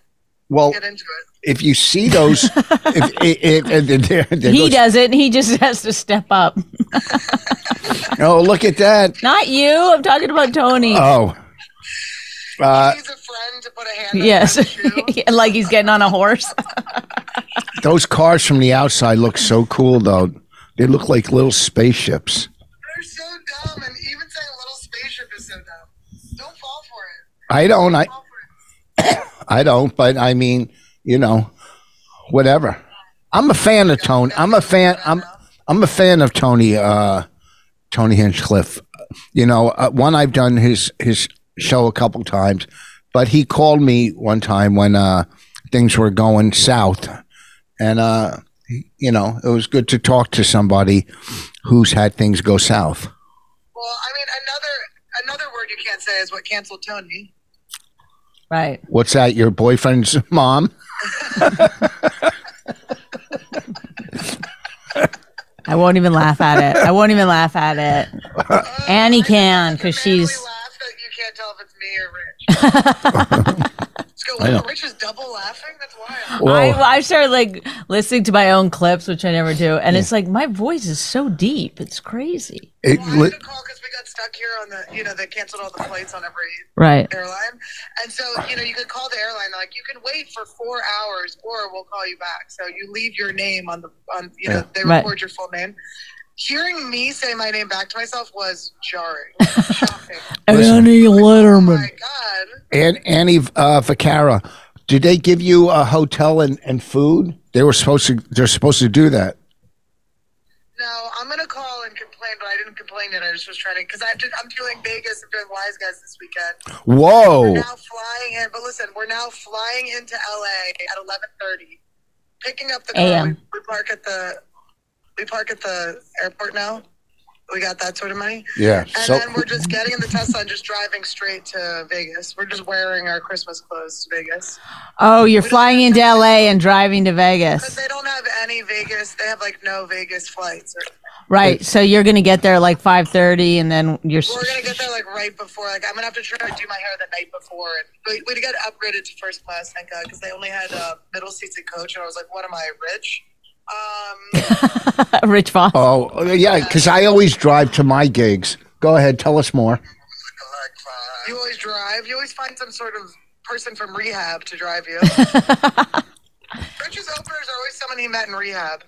[SPEAKER 2] Well,
[SPEAKER 5] get into it.
[SPEAKER 2] if you see those, if it, it, it, there, there
[SPEAKER 3] He
[SPEAKER 2] goes-
[SPEAKER 3] doesn't. He just has to step up.
[SPEAKER 2] Oh, look at that!
[SPEAKER 3] Not you. I'm talking about Tony.
[SPEAKER 2] Oh, uh,
[SPEAKER 5] He's a friend to put a hand.
[SPEAKER 3] yes,
[SPEAKER 5] On his shoe.
[SPEAKER 3] like he's getting on a horse.
[SPEAKER 2] Those cars from the outside look so cool, though. They look like little spaceships.
[SPEAKER 5] They're so dumb, and even saying little spaceship is so dumb. Don't fall for it.
[SPEAKER 2] I don't. I
[SPEAKER 5] Fall for it.
[SPEAKER 2] I don't. But I mean, you know, whatever. I'm a fan of Tony. I'm a fan. I'm I'm a fan of Tony. Uh, Tony Hinchcliffe. You know, uh, one I've done his his show a couple times, but he called me one time when uh, things were going south, and uh, you know, it was good to talk to somebody who's had things go south.
[SPEAKER 5] Well, I mean, another another word you can't say is what canceled Tony.
[SPEAKER 3] Right.
[SPEAKER 2] What's that? Your boyfriend's mom?
[SPEAKER 3] I won't even laugh at it. I won't even laugh at it. Annie can because
[SPEAKER 5] Manly
[SPEAKER 3] she's
[SPEAKER 5] laugh that you can't tell if it's me or Rich. Let's go
[SPEAKER 2] I know.
[SPEAKER 5] Rich is double laughing. That's wild.
[SPEAKER 2] Well,
[SPEAKER 3] I, I started like listening to my own clips, which I never do, and it's like my voice is so deep, it's crazy.
[SPEAKER 2] it
[SPEAKER 5] Well, I
[SPEAKER 2] li-
[SPEAKER 5] had to call because we got stuck here on the, you know, they canceled all the flights on every
[SPEAKER 3] Right.
[SPEAKER 5] airline, and so you know you could call the airline like you can wait for four hours or we'll call you back. So you leave your name on the on you know
[SPEAKER 2] Yeah.
[SPEAKER 5] they
[SPEAKER 3] Right.
[SPEAKER 5] record your full name. Hearing me say my name back to myself was jarring, shocking.
[SPEAKER 2] Annie
[SPEAKER 5] Oh my god!
[SPEAKER 2] and Annie uh, Vacara. Did they give you a hotel and, and food? They were supposed to. They're supposed to do that.
[SPEAKER 5] No, I'm gonna call and complain, but I didn't complain yet. I just was trying to because I did, I'm doing Vegas and doing Wise Guys this weekend. We're
[SPEAKER 2] Whoa!
[SPEAKER 5] now flying in, but listen, we're now flying into LA at 11:30, picking up the car. We,
[SPEAKER 3] AM.
[SPEAKER 5] we park at the we park at the airport now. We got that sort of money,
[SPEAKER 2] Yeah.
[SPEAKER 5] and
[SPEAKER 2] So
[SPEAKER 5] then we're just getting in the Tesla and just driving straight to Vegas. We're just wearing our Christmas clothes to Vegas.
[SPEAKER 3] Oh, you're flying into LA and driving to
[SPEAKER 5] But
[SPEAKER 3] Vegas.
[SPEAKER 5] they don't have any Vegas. They have like no Vegas flights. Or,
[SPEAKER 3] Right. So you're gonna get there like five thirty and then you're
[SPEAKER 5] We're gonna get there like right before. Like I'm gonna have to try to do my hair the night before. And we, we got upgraded to first class, thank God, because they only had uh, middle seats and coach, and I was like, what am I rich? Um,
[SPEAKER 3] Rich Fox.
[SPEAKER 2] oh yeah, because I always drive to my gigs. Go ahead, tell us more.
[SPEAKER 5] you always drive. You always find some sort of person from rehab to drive you. Rich's openers are always someone he met in rehab.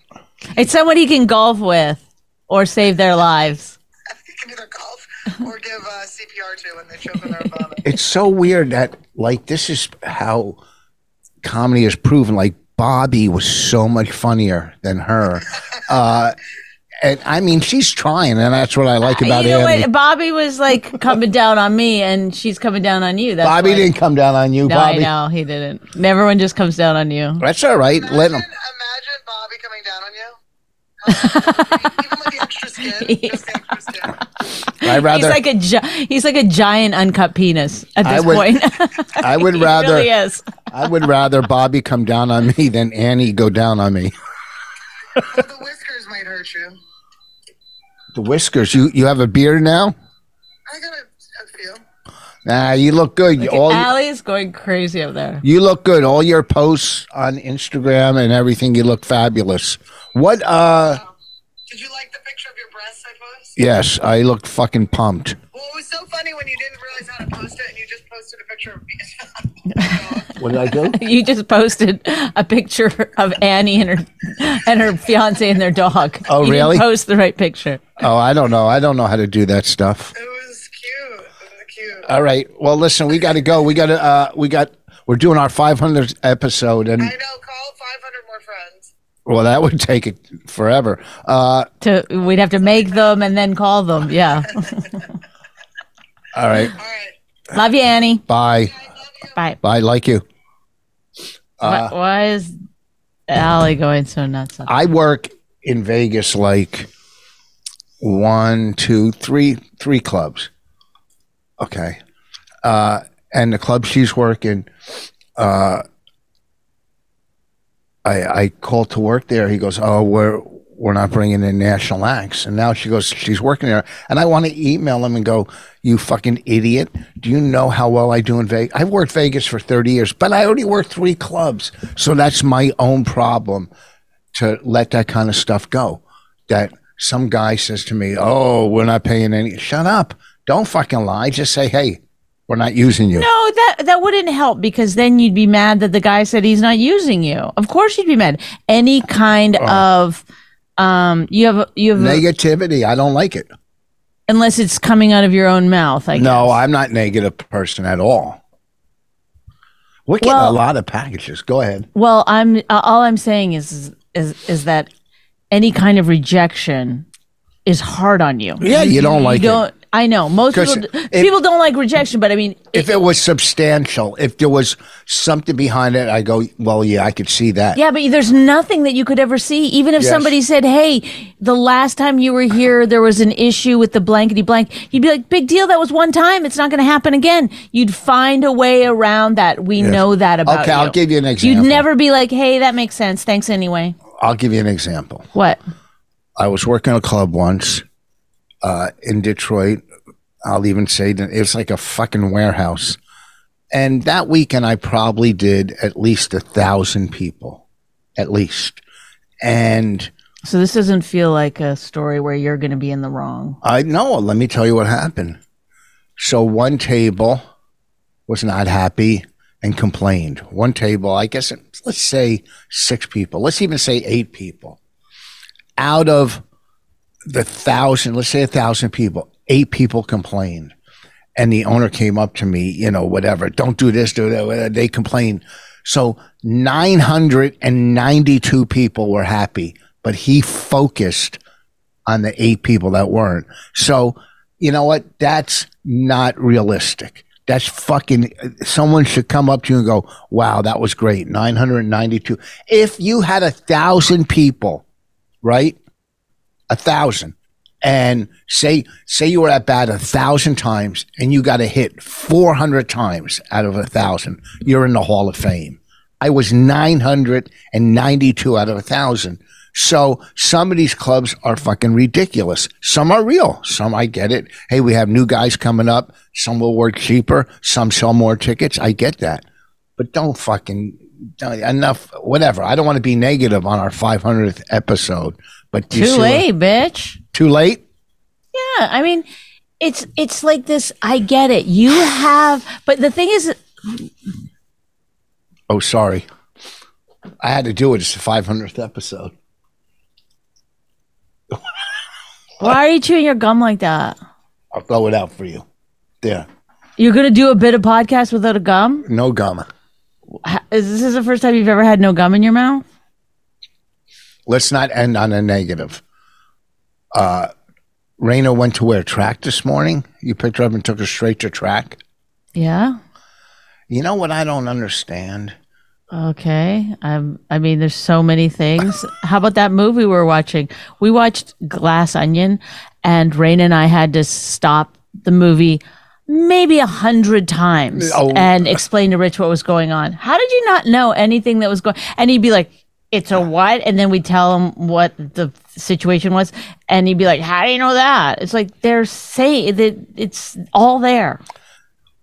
[SPEAKER 3] It's someone he can golf with or save their lives.
[SPEAKER 5] He can either golf or give uh, CPR to when they choke on their vomit.
[SPEAKER 2] It's so weird that like this is how comedy is proven. Like Bobby was so much funnier than her. Uh, and I mean, she's trying, and that's what I like
[SPEAKER 5] Uh,
[SPEAKER 2] about
[SPEAKER 3] you know
[SPEAKER 2] Annie.
[SPEAKER 3] what? Bobby was like coming down on me and she's coming down on you. That's
[SPEAKER 2] Bobby
[SPEAKER 3] why-
[SPEAKER 2] didn't come down on you,
[SPEAKER 3] No,
[SPEAKER 2] Bobby.
[SPEAKER 3] I know he didn't. Everyone just comes down on you.
[SPEAKER 2] That's all right. Let
[SPEAKER 5] Imagine,
[SPEAKER 2] him.
[SPEAKER 5] imagine Bobby coming down on you. Even with the extra skin, just the extra skin.
[SPEAKER 2] I'd rather.
[SPEAKER 3] He's like a gi- he's like a giant uncut penis at
[SPEAKER 2] I
[SPEAKER 3] this
[SPEAKER 2] would-
[SPEAKER 3] point.
[SPEAKER 2] I would
[SPEAKER 3] he
[SPEAKER 2] rather.
[SPEAKER 3] really is.
[SPEAKER 2] I would rather Bobby come down on me than Annie go down on me.
[SPEAKER 5] Well, the whiskers might hurt you.
[SPEAKER 2] The whiskers. You you have a beard now?
[SPEAKER 5] I got a, a few.
[SPEAKER 2] Nah, you look good. All
[SPEAKER 3] Allie's going crazy up there.
[SPEAKER 2] you look good. All your posts on Instagram and everything. You look fabulous. What? Uh,
[SPEAKER 5] Did you like the picture of your breasts I posted?
[SPEAKER 2] yes, I look fucking pumped.
[SPEAKER 5] Well, it was so funny when you didn't realize how to post it and you just posted a picture of me.
[SPEAKER 2] What did I do?
[SPEAKER 3] You just posted a picture of Annie and her and her fiance and their dog.
[SPEAKER 2] Oh,
[SPEAKER 3] You didn't
[SPEAKER 2] really?
[SPEAKER 3] post the right picture.
[SPEAKER 2] Oh, I don't know. I don't know how to do that stuff.
[SPEAKER 5] it was cute. It was cute.
[SPEAKER 2] All right. Well, listen, we got to go. We got to. Uh, we got. We're doing our 500th episode,
[SPEAKER 5] I
[SPEAKER 2] and
[SPEAKER 5] know. Call 500 more friends.
[SPEAKER 2] well, that would take it forever. Uh,
[SPEAKER 3] To we'd have to make them and then call them. Yeah.
[SPEAKER 2] all right.
[SPEAKER 5] All right.
[SPEAKER 3] Love you, Annie.
[SPEAKER 2] Bye.
[SPEAKER 5] I love you.
[SPEAKER 3] Bye.
[SPEAKER 2] Bye. Like you. Uh.
[SPEAKER 3] Why, why is Allie going so nuts? on-
[SPEAKER 2] I work in Vegas like one, two, three, three clubs. Okay. Uh, and the club she's working, uh, I, I called to work there. He goes, Oh, we're, we're not bringing in national acts. And now she goes, She's working there. And I want to email him and go, You fucking idiot. Do you know how well I do in Vegas? I've worked Vegas for 30 years, but I already worked three clubs. So that's my own problem to let that kind of stuff go. That some guy says to me, "Oh, we're not paying any." Shut up! Don't fucking lie. Just say, "Hey, we're not using you."
[SPEAKER 3] No, that that wouldn't help because then you'd be mad that the guy said he's not using you. Of course you'd be mad. Any kind
[SPEAKER 2] Oh.
[SPEAKER 3] of um you have you have
[SPEAKER 2] Negativity. I don't like it.
[SPEAKER 3] unless it's coming out of your own mouth, I
[SPEAKER 2] No,
[SPEAKER 3] guess.
[SPEAKER 2] I'm not a negative person at all. We're getting a
[SPEAKER 3] Well-
[SPEAKER 2] lot of packages. Go ahead.
[SPEAKER 3] Well, I'm uh, all I'm saying is is is that any kind of rejection is hard on you.
[SPEAKER 2] Yeah, you don't like it.
[SPEAKER 3] you don't. I know most
[SPEAKER 2] 'Cause
[SPEAKER 3] people d-
[SPEAKER 2] if-
[SPEAKER 3] people don't like rejection, but I mean,
[SPEAKER 2] If it was substantial, if there was something behind it, I go, "Well, yeah, I could see that."
[SPEAKER 3] yeah, but there's nothing that you could ever see. Even if
[SPEAKER 2] Yes.
[SPEAKER 3] somebody said, "Hey, the last time you were here, there was an issue with the blankety blank," you'd be like, "Big deal. That was one time. It's not going to happen again." You'd find a way around that. We know that about
[SPEAKER 2] Okay,
[SPEAKER 3] you.
[SPEAKER 2] I'll give you an example.
[SPEAKER 3] You'd never be like, "Hey, that makes sense. Thanks anyway."
[SPEAKER 2] I'll give you an example.
[SPEAKER 3] What?
[SPEAKER 2] I was working a club once uh, in Detroit. I'll even say that it was like a fucking warehouse. And that weekend, I probably did at least a thousand people, at least. And
[SPEAKER 3] So this doesn't feel like a story where you're going to be in the wrong.
[SPEAKER 2] I know. Let me tell you what happened. So one table was not happy and complained. One table, I guess, let's say six people. Let's even say eight people. Out of the thousand, let's say a thousand people, eight people complained. And the owner came up to me, you know, whatever, don't do this, do that. whatever. They complained. So 992 people were happy, but he focused on the eight people that weren't. So, you know what? That's not realistic. That's fucking, someone should come up to you and go, wow, that was great. 992. If you had a thousand people, right? A thousand. And say, say you were at bat a thousand times and you got a hit 400 times out of a thousand, you're in the Hall of Fame. I was 992 out of a thousand. So some of these clubs are fucking ridiculous. Some are real. Some I get it. Hey, we have new guys coming up. Some will work cheaper. Some sell more tickets. I get that. But don't fucking don't, enough. Whatever. I don't want to be negative on our 500th episode. But do you
[SPEAKER 3] Too
[SPEAKER 2] see what-
[SPEAKER 3] late, bitch.
[SPEAKER 2] Too late.
[SPEAKER 3] Yeah, I mean, it's it's like this. I get it. You have, but the thing is,
[SPEAKER 2] Oh, sorry. I had to do it. It's the 500th episode.
[SPEAKER 3] why are you chewing your gum like that?
[SPEAKER 2] I'll throw it out for you. There.
[SPEAKER 3] You're gonna do a bit of podcast without a gum?
[SPEAKER 2] No gum.
[SPEAKER 3] Ha- Is this is the first time you've ever had no gum in your mouth?
[SPEAKER 2] let's not end on a negative. Uh, Raina went to where track this morning. You picked her up and took her straight to track.
[SPEAKER 3] Yeah.
[SPEAKER 2] You know what I don't understand?
[SPEAKER 3] Okay. Um, I mean, there's so many things. How about that movie we were watching? We watched Glass Onion, and Rain and I had to stop the movie maybe a hundred times
[SPEAKER 2] Oh.
[SPEAKER 3] and explain to Rich what was going on. How did you not know anything that was going? And he'd be like, "It's a what?" And then we tell him what the situation was, and he'd be like, "How do you know that?" It's like they're saying that it's all there.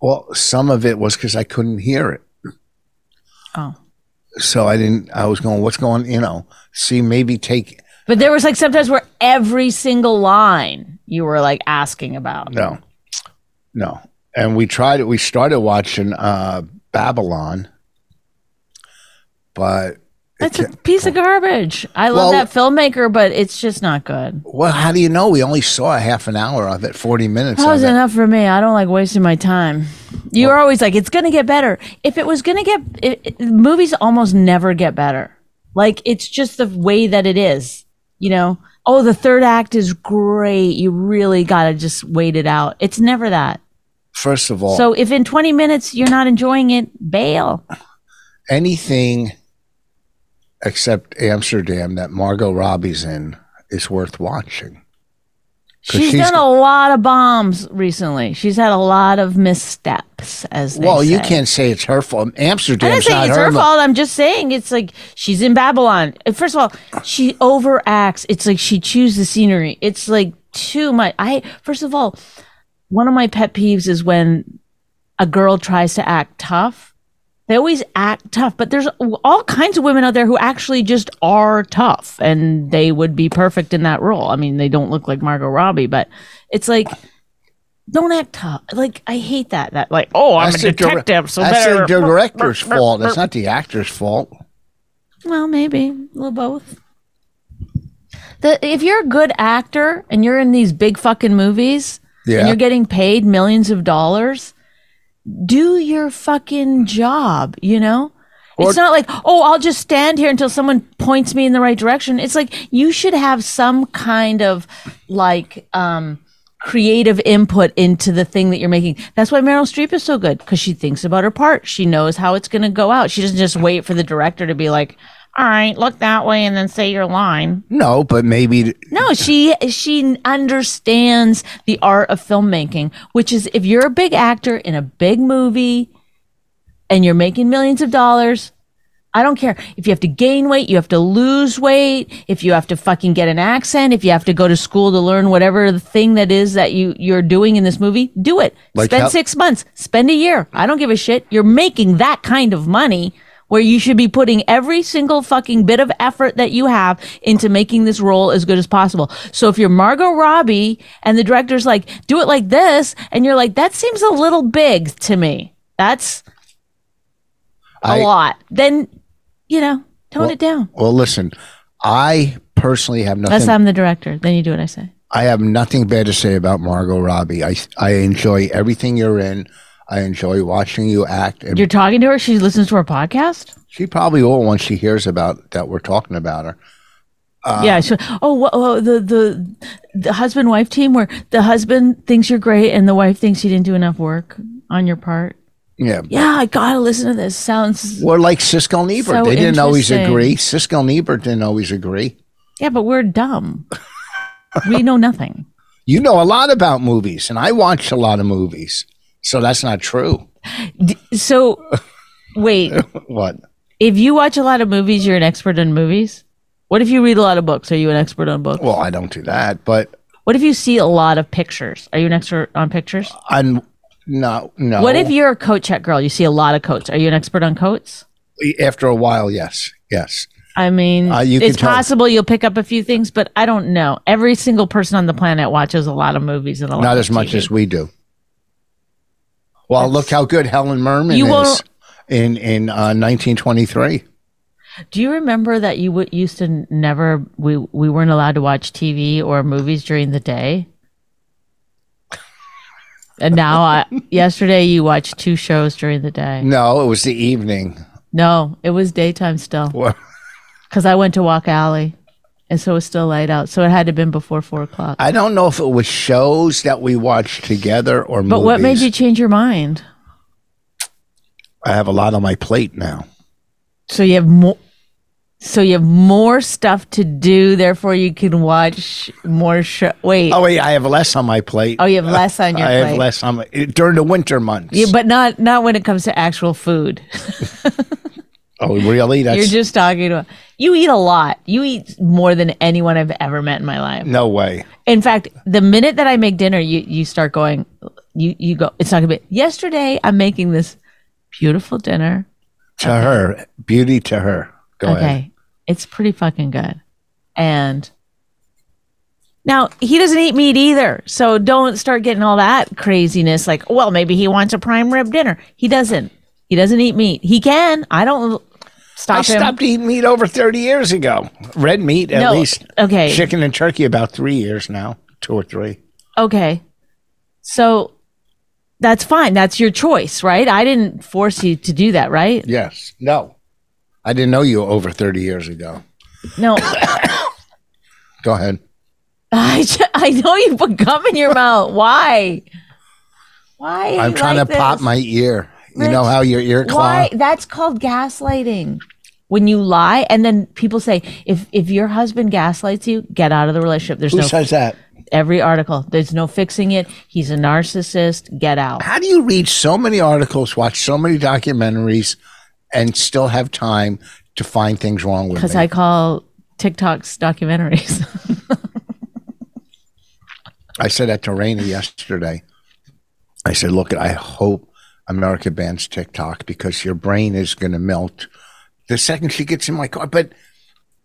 [SPEAKER 2] Well, some of it was because I couldn't hear it.
[SPEAKER 3] Oh.
[SPEAKER 2] So I didn't, I was going, what's going, you know, see, maybe take,
[SPEAKER 3] But there was like sometimes where every single line you were like asking about.
[SPEAKER 2] no, no. And we tried it, we started watching uh, Babylon, but
[SPEAKER 3] That's a piece of garbage. I
[SPEAKER 2] Well-
[SPEAKER 3] love that filmmaker, but it's just not good.
[SPEAKER 2] well, how do you know? We only saw a half an hour of it, 40 minutes
[SPEAKER 3] That
[SPEAKER 2] of
[SPEAKER 3] was
[SPEAKER 2] it.
[SPEAKER 3] enough for me. I don't like wasting my time. You were always like, it's going to get better. If it was going to get, it, it- movies almost never get better. Like, it's just the way that it is, you know? Oh, the third act is great. You really got to just wait it out. It's never that.
[SPEAKER 2] First of all,
[SPEAKER 3] So if in 20 minutes you're not enjoying it, bail.
[SPEAKER 2] anything except Amsterdam that Margot Robbie's in is worth watching. 'Cause
[SPEAKER 3] She's,
[SPEAKER 2] she's
[SPEAKER 3] done
[SPEAKER 2] go-
[SPEAKER 3] a lot of bombs recently. She's had a lot of missteps, as they
[SPEAKER 2] well, you
[SPEAKER 3] say.
[SPEAKER 2] can't say it's her fault.
[SPEAKER 3] I'm not
[SPEAKER 2] Amsterdam's
[SPEAKER 3] saying
[SPEAKER 2] not
[SPEAKER 3] it's
[SPEAKER 2] her,
[SPEAKER 3] her
[SPEAKER 2] mo-
[SPEAKER 3] fault. I'm just saying it's like she's in Babylon. Uh, First of all, she overacts. It's like she chews the scenery. It's like too much. I first of all, one of my pet peeves is when a girl tries to act tough. They always act tough, but there's all kinds of women out there who actually just are tough, and they would be perfect in that role. I mean, they don't look like Margot Robbie, but it's like. Don't act tough. Like I hate that. That like, oh, I'm
[SPEAKER 2] That's
[SPEAKER 3] a
[SPEAKER 2] the dir-
[SPEAKER 3] detective, so
[SPEAKER 2] That's
[SPEAKER 3] better.
[SPEAKER 2] the director's fault. That's not the actor's fault.
[SPEAKER 3] Well, maybe a little both. The, if you're a good actor and you're in these big fucking movies
[SPEAKER 2] Yeah.
[SPEAKER 3] and you're getting paid millions of dollars, do your fucking job, you know? it's not like, oh, I'll just stand here until someone points me in the right direction. It's like you should have some kind of like um creative input into the thing that you're making. That's why Meryl Streep is so good because she thinks about her part. She knows how it's going to go out. She doesn't just wait for the director to be like, "All right, look that way and then say your line."
[SPEAKER 2] No, but maybe
[SPEAKER 3] No, she she understands the art of filmmaking, which is if you're a big actor in a big movie and you're making millions of dollars, I don't care if you have to gain weight, you have to lose weight, if you have to fucking get an accent, if you have to go to school to learn whatever the thing that is that you you're doing in this movie, do it.
[SPEAKER 2] Like
[SPEAKER 3] spend
[SPEAKER 2] how-
[SPEAKER 3] 6 months, spend a year. I don't give a shit. You're making that kind of money where you should be putting every single fucking bit of effort that you have into making this role as good as possible. So if you're Margot Robbie and the director's like, "Do it like this," and you're like, "That seems a little big to me." That's a
[SPEAKER 2] I-
[SPEAKER 3] lot. Then, you know, tone
[SPEAKER 2] Well-
[SPEAKER 3] it down.
[SPEAKER 2] Well, listen, I personally have nothing.
[SPEAKER 3] Unless I'm the director, then you do what I say.
[SPEAKER 2] I have nothing bad to say about Margot Robbie. I I enjoy everything you're in. I enjoy watching you act, and
[SPEAKER 3] You're talking to her. She listens to our podcast.
[SPEAKER 2] she probably will once she hears about that we're talking about her. Uh,
[SPEAKER 3] yeah. She, oh, wha- oh, the the the husband wife team where the husband thinks you're great and the wife thinks you didn't do enough work on your part.
[SPEAKER 2] Yeah,
[SPEAKER 3] Yeah, I gotta listen to this. Sounds
[SPEAKER 2] we're like Siskel and Ebert.
[SPEAKER 3] So
[SPEAKER 2] they didn't always
[SPEAKER 3] interesting.
[SPEAKER 2] agree. Siskel and Ebert didn't always agree.
[SPEAKER 3] yeah, but we're dumb. we know nothing.
[SPEAKER 2] You know a lot about movies, and I watch a lot of movies, so that's not true.
[SPEAKER 3] So, wait.
[SPEAKER 2] What?
[SPEAKER 3] If you watch a lot of movies, you're an expert on movies. What if you read a lot of books? Are you an expert on books?
[SPEAKER 2] Well, I don't do that, but
[SPEAKER 3] What if you see a lot of pictures? Are you an expert on pictures?
[SPEAKER 2] I'm no no.
[SPEAKER 3] What if you're a coat check girl? You see a lot of coats. Are you an expert on coats?
[SPEAKER 2] after a while? Yes, yes.
[SPEAKER 3] I mean,
[SPEAKER 2] Uh, you can
[SPEAKER 3] it's
[SPEAKER 2] tell.
[SPEAKER 3] possible you'll pick up a few things, but I don't know. Every single person on the planet watches a lot of movies and a lot.
[SPEAKER 2] Not
[SPEAKER 3] of
[SPEAKER 2] as much
[SPEAKER 3] TV.
[SPEAKER 2] as we do. Well, look how good Helen Merman
[SPEAKER 3] You
[SPEAKER 2] is
[SPEAKER 3] won't-
[SPEAKER 2] in in uh, 1923.
[SPEAKER 3] Do you remember that you w- used to n- never we we weren't allowed to watch TV or movies during the day? And now, I, yesterday you watched two shows during the day.
[SPEAKER 2] No, it was the evening.
[SPEAKER 3] No, it was daytime still.
[SPEAKER 2] Well,
[SPEAKER 3] because I went to Walk Alley, and so it was still light out. So it had to have been before four o'clock.
[SPEAKER 2] I don't know if it was shows that we watched together or
[SPEAKER 3] but
[SPEAKER 2] movies.
[SPEAKER 3] what made you change your mind?
[SPEAKER 2] I have a lot on my plate now.
[SPEAKER 3] So you have more. So you have more stuff to do, therefore you can watch more show. Wait,
[SPEAKER 2] Oh
[SPEAKER 3] oh,
[SPEAKER 2] wait, I have less on my plate.
[SPEAKER 3] you have less Oh, on your
[SPEAKER 2] I
[SPEAKER 3] plate,
[SPEAKER 2] have less on my, eh, during the winter months.
[SPEAKER 3] Yeah, but not not when it comes to actual food.
[SPEAKER 2] oh, really? That's
[SPEAKER 3] You're just talking about you eat a lot. You eat more than anyone I've ever met in my life.
[SPEAKER 2] no way.
[SPEAKER 3] In fact, the minute that I make dinner, you you start going, you you go. It's not gonna be. Yesterday, I'm making this beautiful dinner.
[SPEAKER 2] To her, beauty to her. Go
[SPEAKER 3] okay,
[SPEAKER 2] ahead.
[SPEAKER 3] it's pretty fucking good. And now he doesn't eat meat either, so don't start getting all that craziness. Like, well, maybe he wants a prime rib dinner. He doesn't. He doesn't eat meat. He can. I don't stop
[SPEAKER 2] I
[SPEAKER 3] him.
[SPEAKER 2] stopped eating meat over 30 years ago. Red meat, at
[SPEAKER 3] No,
[SPEAKER 2] least.
[SPEAKER 3] okay.
[SPEAKER 2] Chicken and turkey, about three years now, two or three.
[SPEAKER 3] Okay. So that's fine. That's your choice, right? I didn't force you to do that, right?
[SPEAKER 2] Yes. No. I didn't know you over 30 years ago.
[SPEAKER 3] No,
[SPEAKER 2] Go ahead.
[SPEAKER 3] I, ju- I know you put gum in your mouth. Why? Why?
[SPEAKER 2] I'm trying to pop my ear. You know
[SPEAKER 3] Rich,
[SPEAKER 2] how your ear claw?
[SPEAKER 3] Why? That's called gaslighting. When you lie, and then people say, if if your husband gaslights you, get out of the relationship. There's
[SPEAKER 2] Who
[SPEAKER 3] no
[SPEAKER 2] says that?
[SPEAKER 3] every article. There's no fixing it. He's a narcissist. Get out.
[SPEAKER 2] How do you read so many articles, watch so many documentaries, and still have time to find things wrong with
[SPEAKER 3] Because
[SPEAKER 2] me?
[SPEAKER 3] I call TikToks documentaries.
[SPEAKER 2] I said that to Raina yesterday. I said, look, I hope America bans TikTok because your brain is going to melt the second she gets in my car. But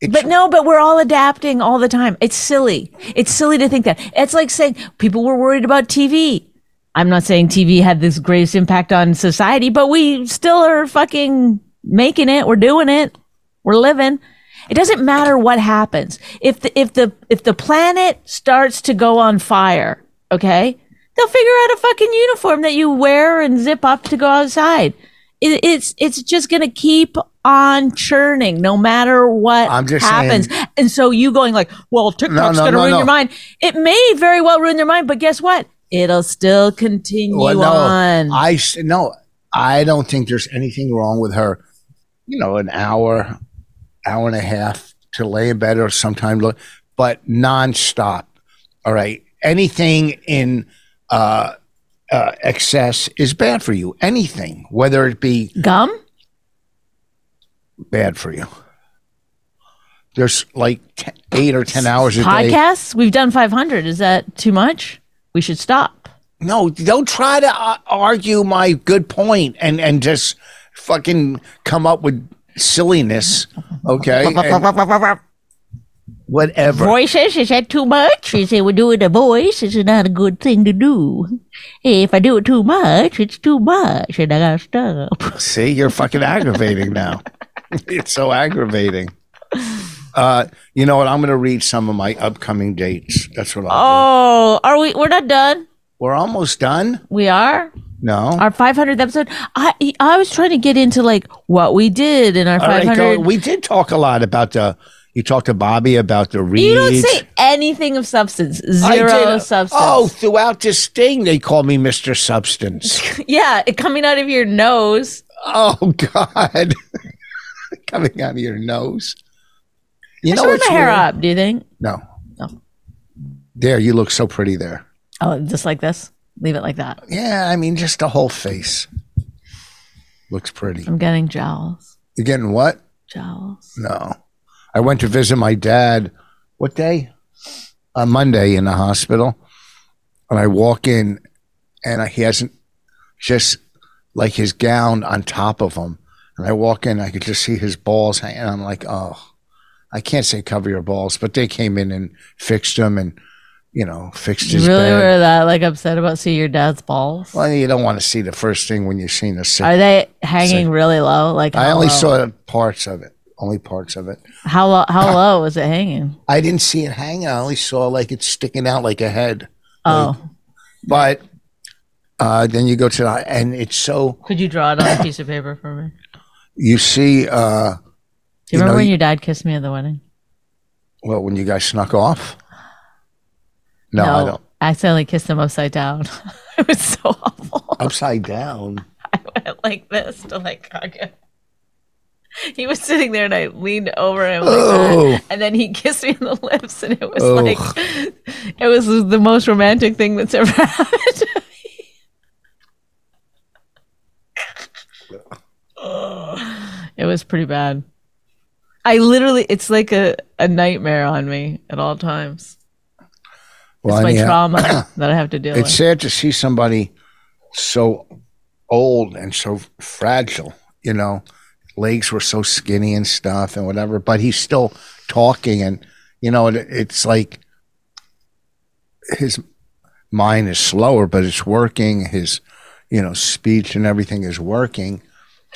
[SPEAKER 2] it's,
[SPEAKER 3] But no, but we're all adapting all the time. It's silly. It's silly to think that. It's like saying people were worried about TV. I'm not saying TV had this greatest impact on society, but we still are fucking making it. We're doing it. We're living. It doesn't matter what happens. If the, if the if the planet starts to go on fire, okay? They'll figure out a fucking uniform that you wear and zip up to go outside. It, it's it's just going to keep on churning no matter what
[SPEAKER 2] I'm just
[SPEAKER 3] happens. and so you going like, "Well, TikTok's
[SPEAKER 2] no,
[SPEAKER 3] going
[SPEAKER 2] no,
[SPEAKER 3] to ruin
[SPEAKER 2] no.
[SPEAKER 3] your mind." It may very well ruin their mind, but guess what? It'll still continue
[SPEAKER 2] Well,
[SPEAKER 3] on.
[SPEAKER 2] I s- no, I don't think there's anything wrong with her. You know, an hour, hour and a half to lay in bed or sometime, look, but nonstop. All right, anything in uh, uh, excess is bad for you. Anything, whether it be
[SPEAKER 3] Gum?
[SPEAKER 2] bad for you. There's like te eight or ten hours a day.
[SPEAKER 3] Podcasts? We've done 500. Is that too much? We should stop.
[SPEAKER 2] No, don't try to uh, argue my good point and and just fucking come up with silliness. Okay, And- whatever.
[SPEAKER 3] Voices? Is that too much? You say we're doing a voice. It's not a good thing to do. If I do it too much, it's too much, and I gotta stop.
[SPEAKER 2] See, you're fucking aggravating now. it's so aggravating. Uh, you know what? I'm going to read some of my upcoming dates. That's what I'll do.
[SPEAKER 3] Oh, are we? We're not done.
[SPEAKER 2] We're almost done.
[SPEAKER 3] We are.
[SPEAKER 2] No.
[SPEAKER 3] Our 500th episode. I I was trying to get into like what we did in our
[SPEAKER 2] All right,
[SPEAKER 3] 500.
[SPEAKER 2] go. We did talk a lot about the. You talked to Bobby about the reads.
[SPEAKER 3] you don't say anything of substance.
[SPEAKER 2] I did-
[SPEAKER 3] Zero substance.
[SPEAKER 2] Oh, throughout this thing, they call me Mr. Substance.
[SPEAKER 3] yeah, it coming out of your nose.
[SPEAKER 2] oh, God. Coming out of your nose. You
[SPEAKER 3] I should wear
[SPEAKER 2] what's
[SPEAKER 3] my hair
[SPEAKER 2] weird?
[SPEAKER 3] up. Do you think?
[SPEAKER 2] No.
[SPEAKER 3] No.
[SPEAKER 2] There, you look so pretty there.
[SPEAKER 3] Oh, just like this. Leave it like that.
[SPEAKER 2] Yeah, I mean, just the whole face looks pretty.
[SPEAKER 3] I'm getting jowls.
[SPEAKER 2] You're getting what?
[SPEAKER 3] Jowls.
[SPEAKER 2] No. I went to visit my dad, what day? On Monday in the hospital. And I walk in, and he hasn't just like his gown on top of him. And I walk in, I could just see his balls hanging. I'm like, oh, I can't say cover your balls, but they came in and fixed them and, you know, fixed
[SPEAKER 3] You
[SPEAKER 2] his
[SPEAKER 3] really
[SPEAKER 2] bed.
[SPEAKER 3] were that like upset about seeing your dad's balls?
[SPEAKER 2] Well, you don't want to see the first thing when you're seeing a sick
[SPEAKER 3] Are they hanging really low? Like
[SPEAKER 2] I
[SPEAKER 3] how
[SPEAKER 2] only
[SPEAKER 3] low?
[SPEAKER 2] saw parts of it. Only parts of it.
[SPEAKER 3] how low, how low was it hanging?
[SPEAKER 2] I didn't see it hanging. I only saw like it sticking out like a head.
[SPEAKER 3] Oh,
[SPEAKER 2] But uh, then you go to the, and it's so
[SPEAKER 3] could you draw it on a piece of paper for me?
[SPEAKER 2] you see. Uh,
[SPEAKER 3] Do you,
[SPEAKER 2] You
[SPEAKER 3] remember
[SPEAKER 2] know,
[SPEAKER 3] when
[SPEAKER 2] you-
[SPEAKER 3] your dad kissed me at the wedding?
[SPEAKER 2] well, when you guys snuck off. No, I don't.
[SPEAKER 3] I accidentally kissed him upside down. it was so awful.
[SPEAKER 2] Upside down.
[SPEAKER 3] I went like this to like hug him. He was sitting there, and I leaned over him, like
[SPEAKER 2] Oh.
[SPEAKER 3] that, and then he kissed me on the lips, and it was
[SPEAKER 2] Oh.
[SPEAKER 3] like it was the most romantic thing that's ever happened. to me. Oh, it was pretty bad. I literally, it's like a, a nightmare on me at all times. It's
[SPEAKER 2] Well,
[SPEAKER 3] my
[SPEAKER 2] anyhow,
[SPEAKER 3] trauma that I have to deal
[SPEAKER 2] It's
[SPEAKER 3] with.
[SPEAKER 2] sad to see somebody so old and so fragile. You know, legs were so skinny and stuff and whatever. But he's still talking, and you know, it, it's like his mind is slower, but it's working. His, you know, speech and everything is working.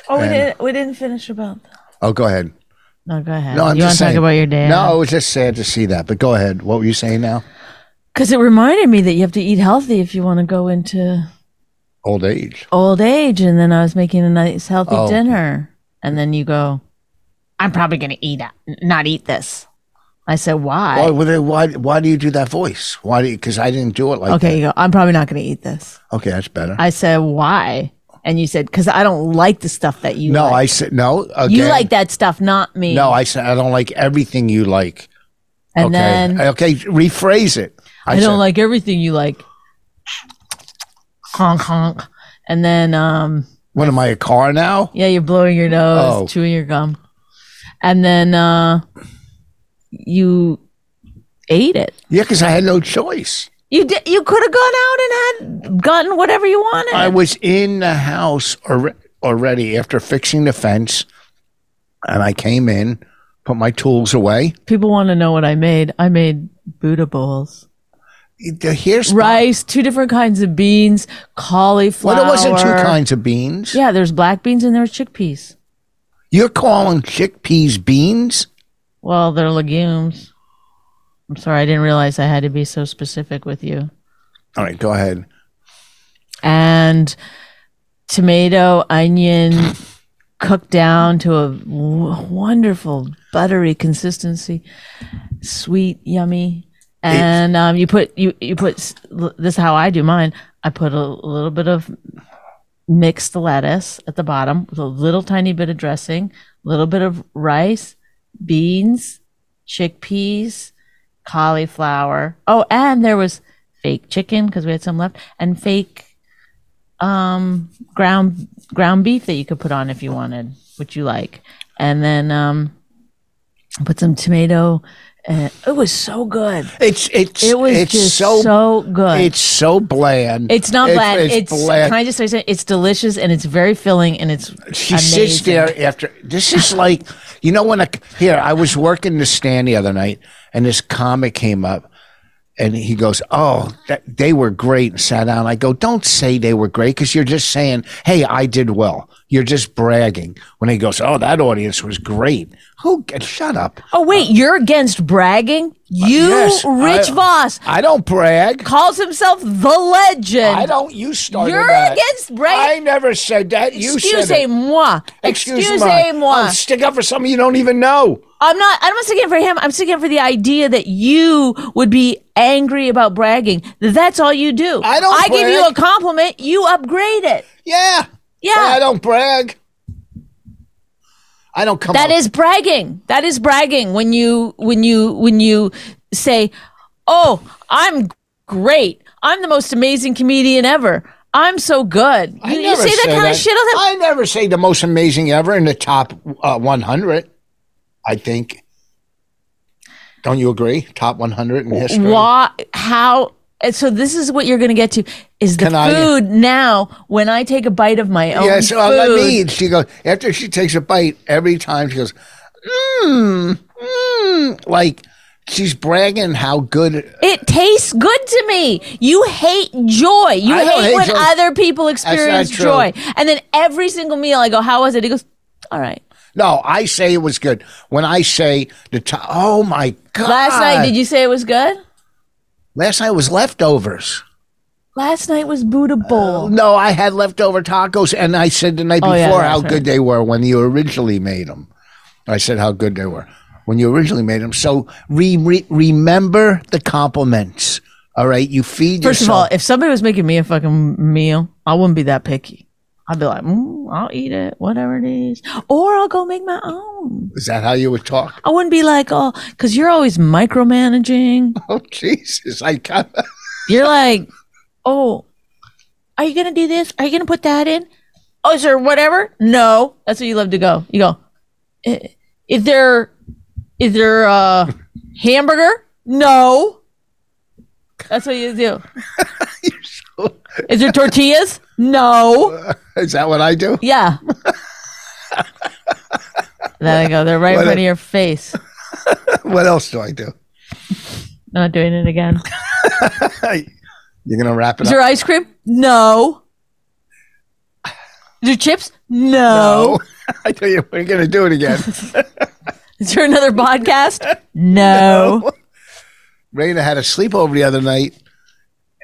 [SPEAKER 3] Oh, we
[SPEAKER 2] and-
[SPEAKER 3] didn't, we didn't finish about that.
[SPEAKER 2] Oh, go ahead.
[SPEAKER 3] No, go ahead.
[SPEAKER 2] No, I'm
[SPEAKER 3] you
[SPEAKER 2] just
[SPEAKER 3] want to
[SPEAKER 2] saying.
[SPEAKER 3] talk about your day?
[SPEAKER 2] No, it was just sad to see that. But go ahead. What were you saying now?
[SPEAKER 3] Because it reminded me that you have to eat healthy if you want to go into
[SPEAKER 2] Old age.
[SPEAKER 3] old age. And then I was making a nice healthy
[SPEAKER 2] Oh.
[SPEAKER 3] dinner. And then you go, I'm probably going to eat it, not eat this. I said,
[SPEAKER 2] Why,
[SPEAKER 3] why?
[SPEAKER 2] why? Why? Why do you do that voice? Why do? you Because I didn't do it like
[SPEAKER 3] okay, you go, I'm probably not going to eat this.
[SPEAKER 2] that. Okay, that's better.
[SPEAKER 3] I said, why? And you said, because I don't like the stuff that you
[SPEAKER 2] No,
[SPEAKER 3] like.
[SPEAKER 2] I said no. Again,
[SPEAKER 3] You like that stuff, not me.
[SPEAKER 2] No, I said I don't like everything you like.
[SPEAKER 3] and
[SPEAKER 2] okay,
[SPEAKER 3] then
[SPEAKER 2] okay, rephrase it.
[SPEAKER 3] I, don't
[SPEAKER 2] said,
[SPEAKER 3] like everything you like. Honk, honk. And then, um,
[SPEAKER 2] What am I a car now?
[SPEAKER 3] Yeah, you're blowing your nose,
[SPEAKER 2] Oh.
[SPEAKER 3] chewing your gum. And then uh you ate it.
[SPEAKER 2] Yeah, because I had no choice.
[SPEAKER 3] You did, you could have gone out and had gotten whatever you wanted.
[SPEAKER 2] I was in the house alre- already after fixing the fence, and I came in, put my tools away.
[SPEAKER 3] People want to know what I made. I made Buddha bowls.
[SPEAKER 2] The- Here's
[SPEAKER 3] Rice, two different kinds of beans, cauliflower.
[SPEAKER 2] Well, there wasn't two kinds of beans.
[SPEAKER 3] Yeah, there's black beans and there's chickpeas.
[SPEAKER 2] You're calling chickpeas beans?
[SPEAKER 3] Well, they're legumes. I'm sorry, I didn't realize I had to be so specific with you.
[SPEAKER 2] All right, go ahead.
[SPEAKER 3] and tomato, onion cooked down to a w- wonderful buttery consistency, sweet, yummy. And um, you put you you put s- l- this is how I do mine. I put a little bit of mixed lettuce at the bottom with a little tiny bit of dressing, a little bit of rice, beans, chickpeas, cauliflower. Oh, and there was fake chicken because we had some left, and fake um ground ground beef that you could put on if you wanted, which you like. and then um, put some tomato. And it was so good.
[SPEAKER 2] It's it's
[SPEAKER 3] It was
[SPEAKER 2] it's
[SPEAKER 3] just
[SPEAKER 2] so,
[SPEAKER 3] so, good.
[SPEAKER 2] it's so bland.
[SPEAKER 3] It's not bland. It's,
[SPEAKER 2] bland.
[SPEAKER 3] can I just say something? It's delicious and it's very filling and it's
[SPEAKER 2] she
[SPEAKER 3] amazing.
[SPEAKER 2] sits there after this is like you know when a here I was working the stand the other night and this comic came up and he goes oh that, they were great and sat down I go don't say they were great because you're just saying hey I did well you're just bragging when he goes oh that audience was great who shut up
[SPEAKER 3] Oh wait, you're against bragging? You,
[SPEAKER 2] Uh, Yes,
[SPEAKER 3] Rich
[SPEAKER 2] I-
[SPEAKER 3] Voss,
[SPEAKER 2] I don't brag
[SPEAKER 3] calls himself the legend.
[SPEAKER 2] I don't you started
[SPEAKER 3] You're
[SPEAKER 2] that.
[SPEAKER 3] against brag-
[SPEAKER 2] I never said that you said it.
[SPEAKER 3] Excusez-moi.
[SPEAKER 2] me.
[SPEAKER 3] Excusez-moi.
[SPEAKER 2] Oh, stick up for something you don't even know.
[SPEAKER 3] I'm not. I'm not sticking up for him. I'm sticking up for the idea that you would be angry about bragging. That That's all you do.
[SPEAKER 2] I don't
[SPEAKER 3] I give you
[SPEAKER 2] brag.
[SPEAKER 3] a compliment. You upgrade it.
[SPEAKER 2] Yeah.
[SPEAKER 3] Yeah.
[SPEAKER 2] But I don't brag. I don't come
[SPEAKER 3] That
[SPEAKER 2] up-
[SPEAKER 3] is bragging. That is bragging when you when you when you say, "Oh, I'm great. I'm the most amazing comedian ever. I'm so good." You,
[SPEAKER 2] I
[SPEAKER 3] you
[SPEAKER 2] never
[SPEAKER 3] say that kind of shit all the
[SPEAKER 2] I
[SPEAKER 3] time.
[SPEAKER 2] never say the most amazing ever in the top uh, 100, I think. Don't you agree? Top 100 in history.
[SPEAKER 3] Why? How? and So this is what you're going to get to is the
[SPEAKER 2] Can I-
[SPEAKER 3] food now. When I take a bite of my own
[SPEAKER 2] Yes,
[SPEAKER 3] food,
[SPEAKER 2] well, let me. eat. She goes, after she takes a bite, every time she goes, mmm, mmm. Like, she's bragging how good
[SPEAKER 3] It tastes good to me. You hate joy. You
[SPEAKER 2] I don't
[SPEAKER 3] hate,
[SPEAKER 2] hate
[SPEAKER 3] when
[SPEAKER 2] joy.
[SPEAKER 3] other people
[SPEAKER 2] not
[SPEAKER 3] experience
[SPEAKER 2] true.
[SPEAKER 3] joy. And then every single meal, I go, "How was it?" He goes, "All right."
[SPEAKER 2] No, I say it was good. When I say the top, oh my God.
[SPEAKER 3] Last night, did you say it was good?
[SPEAKER 2] Last night was leftovers.
[SPEAKER 3] Last night was
[SPEAKER 2] Uh,
[SPEAKER 3] Buddha bowl.
[SPEAKER 2] No, I had leftover tacos, and I said the night
[SPEAKER 3] Oh,
[SPEAKER 2] before
[SPEAKER 3] yeah, that's
[SPEAKER 2] how
[SPEAKER 3] right.
[SPEAKER 2] good they were when you originally made them. I said how good they were when you originally made them. So re- re- remember the compliments. All right, you feed
[SPEAKER 3] First of all,
[SPEAKER 2] yourself.
[SPEAKER 3] if somebody was making me a fucking meal, I wouldn't be that picky. I'd be like, mm, I'll eat it, whatever it is, or I'll go make my own.
[SPEAKER 2] is that how you would talk?
[SPEAKER 3] I wouldn't be like, oh, because you're always micromanaging.
[SPEAKER 2] Oh Jesus, I got.
[SPEAKER 3] You're like, oh, are you gonna do this? Are you gonna put that in? Oh, is there whatever? No, that's what you love to go. You go. "I- Is there, is there a hamburger? No. That's what you do. is there tortillas? No.
[SPEAKER 2] Is that what I do?
[SPEAKER 3] Yeah. there you go. They're right in
[SPEAKER 2] What
[SPEAKER 3] front
[SPEAKER 2] a-
[SPEAKER 3] of your face.
[SPEAKER 2] What else do I do?
[SPEAKER 3] Not doing it again.
[SPEAKER 2] You're gonna wrap it
[SPEAKER 3] Is
[SPEAKER 2] up.
[SPEAKER 3] there ice cream? No. Is there chips? no.
[SPEAKER 2] Oh, I tell you, we're gonna do it again.
[SPEAKER 3] Is there another podcast? No.
[SPEAKER 2] Raina had a sleepover the other night,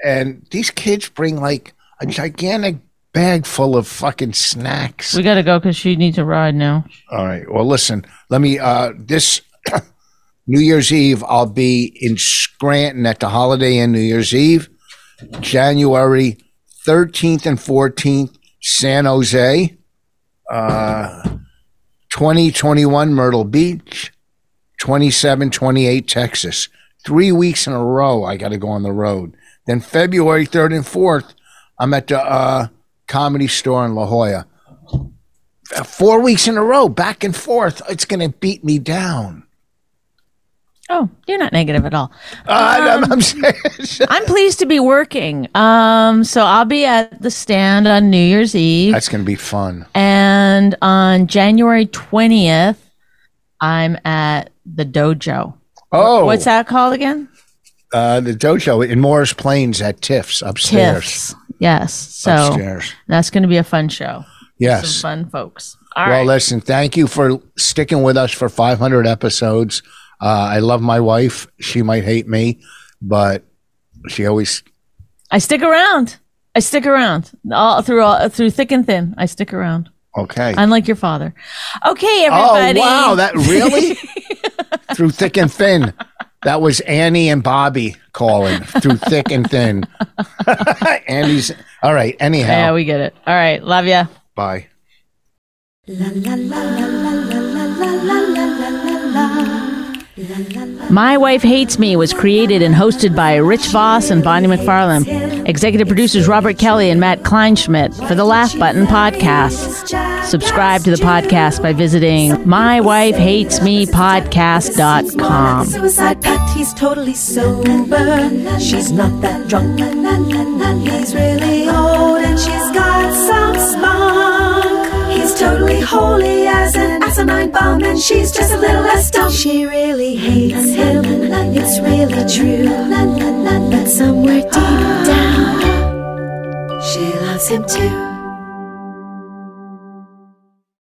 [SPEAKER 2] and these kids bring like a gigantic bag full of fucking snacks.
[SPEAKER 3] We got to go because she needs a ride now.
[SPEAKER 2] All right. Well, listen, let me, uh, this New Year's Eve, I'll be in Scranton at the Holiday Inn New Year's Eve, January 13th and 14th, San Jose, uh, 2021 Myrtle Beach, 27, 28 Texas. Three weeks in a row, I got to go on the road. Then February 3rd and 4th, I'm at the uh, comedy store in La Jolla four weeks in a row, back and forth. It's going to beat me down.
[SPEAKER 3] Oh, you're not negative at all.
[SPEAKER 2] Uh,
[SPEAKER 3] Um,
[SPEAKER 2] I'm, I'm saying
[SPEAKER 3] I'm pleased to be working. Um, so I'll be at the stand on New Year's Eve,
[SPEAKER 2] that's going to be fun.
[SPEAKER 3] and on January 20th, I'm at the dojo.
[SPEAKER 2] Oh,
[SPEAKER 3] What's that called again?
[SPEAKER 2] Uh, the dojo in Morris Plains at Tiff's upstairs.
[SPEAKER 3] Tiffs. Yes. So
[SPEAKER 2] Upstairs.
[SPEAKER 3] that's going to be a fun show.
[SPEAKER 2] Yes.
[SPEAKER 3] Some fun folks. All right.
[SPEAKER 2] Well, listen, thank you for sticking with us for 500 episodes. Uh, I love my wife. She might hate me, but she always
[SPEAKER 3] I stick around. I stick around all through all through thick and thin. I stick around,
[SPEAKER 2] okay.
[SPEAKER 3] unlike your father. Okay,
[SPEAKER 2] oh
[SPEAKER 3] everybody.
[SPEAKER 2] wow, that really through thick and thin. That was Annie and Bobby calling through thick and thin. Andy's all right. Anyhow,
[SPEAKER 3] yeah, we get it. All right, love ya.
[SPEAKER 2] bye.
[SPEAKER 1] La la la la la la la la la la la la la
[SPEAKER 3] My Wife Hates Me was created and hosted by Rich Voss and Bonnie McFarlane. Executive producers Robert Kelly and Matt Kleinschmidt for the Laugh Button podcast. Subscribe to the podcast by visiting mywifehatesmepodcast.com.
[SPEAKER 1] Suicide pact, he's totally sober. She's not that drunk. He's really old and she's got some spunk. He's totally holy as an asinine bomb, and she's just a little less dumb. She really hates him. It's really true. But somewhere deep down, she loves him too.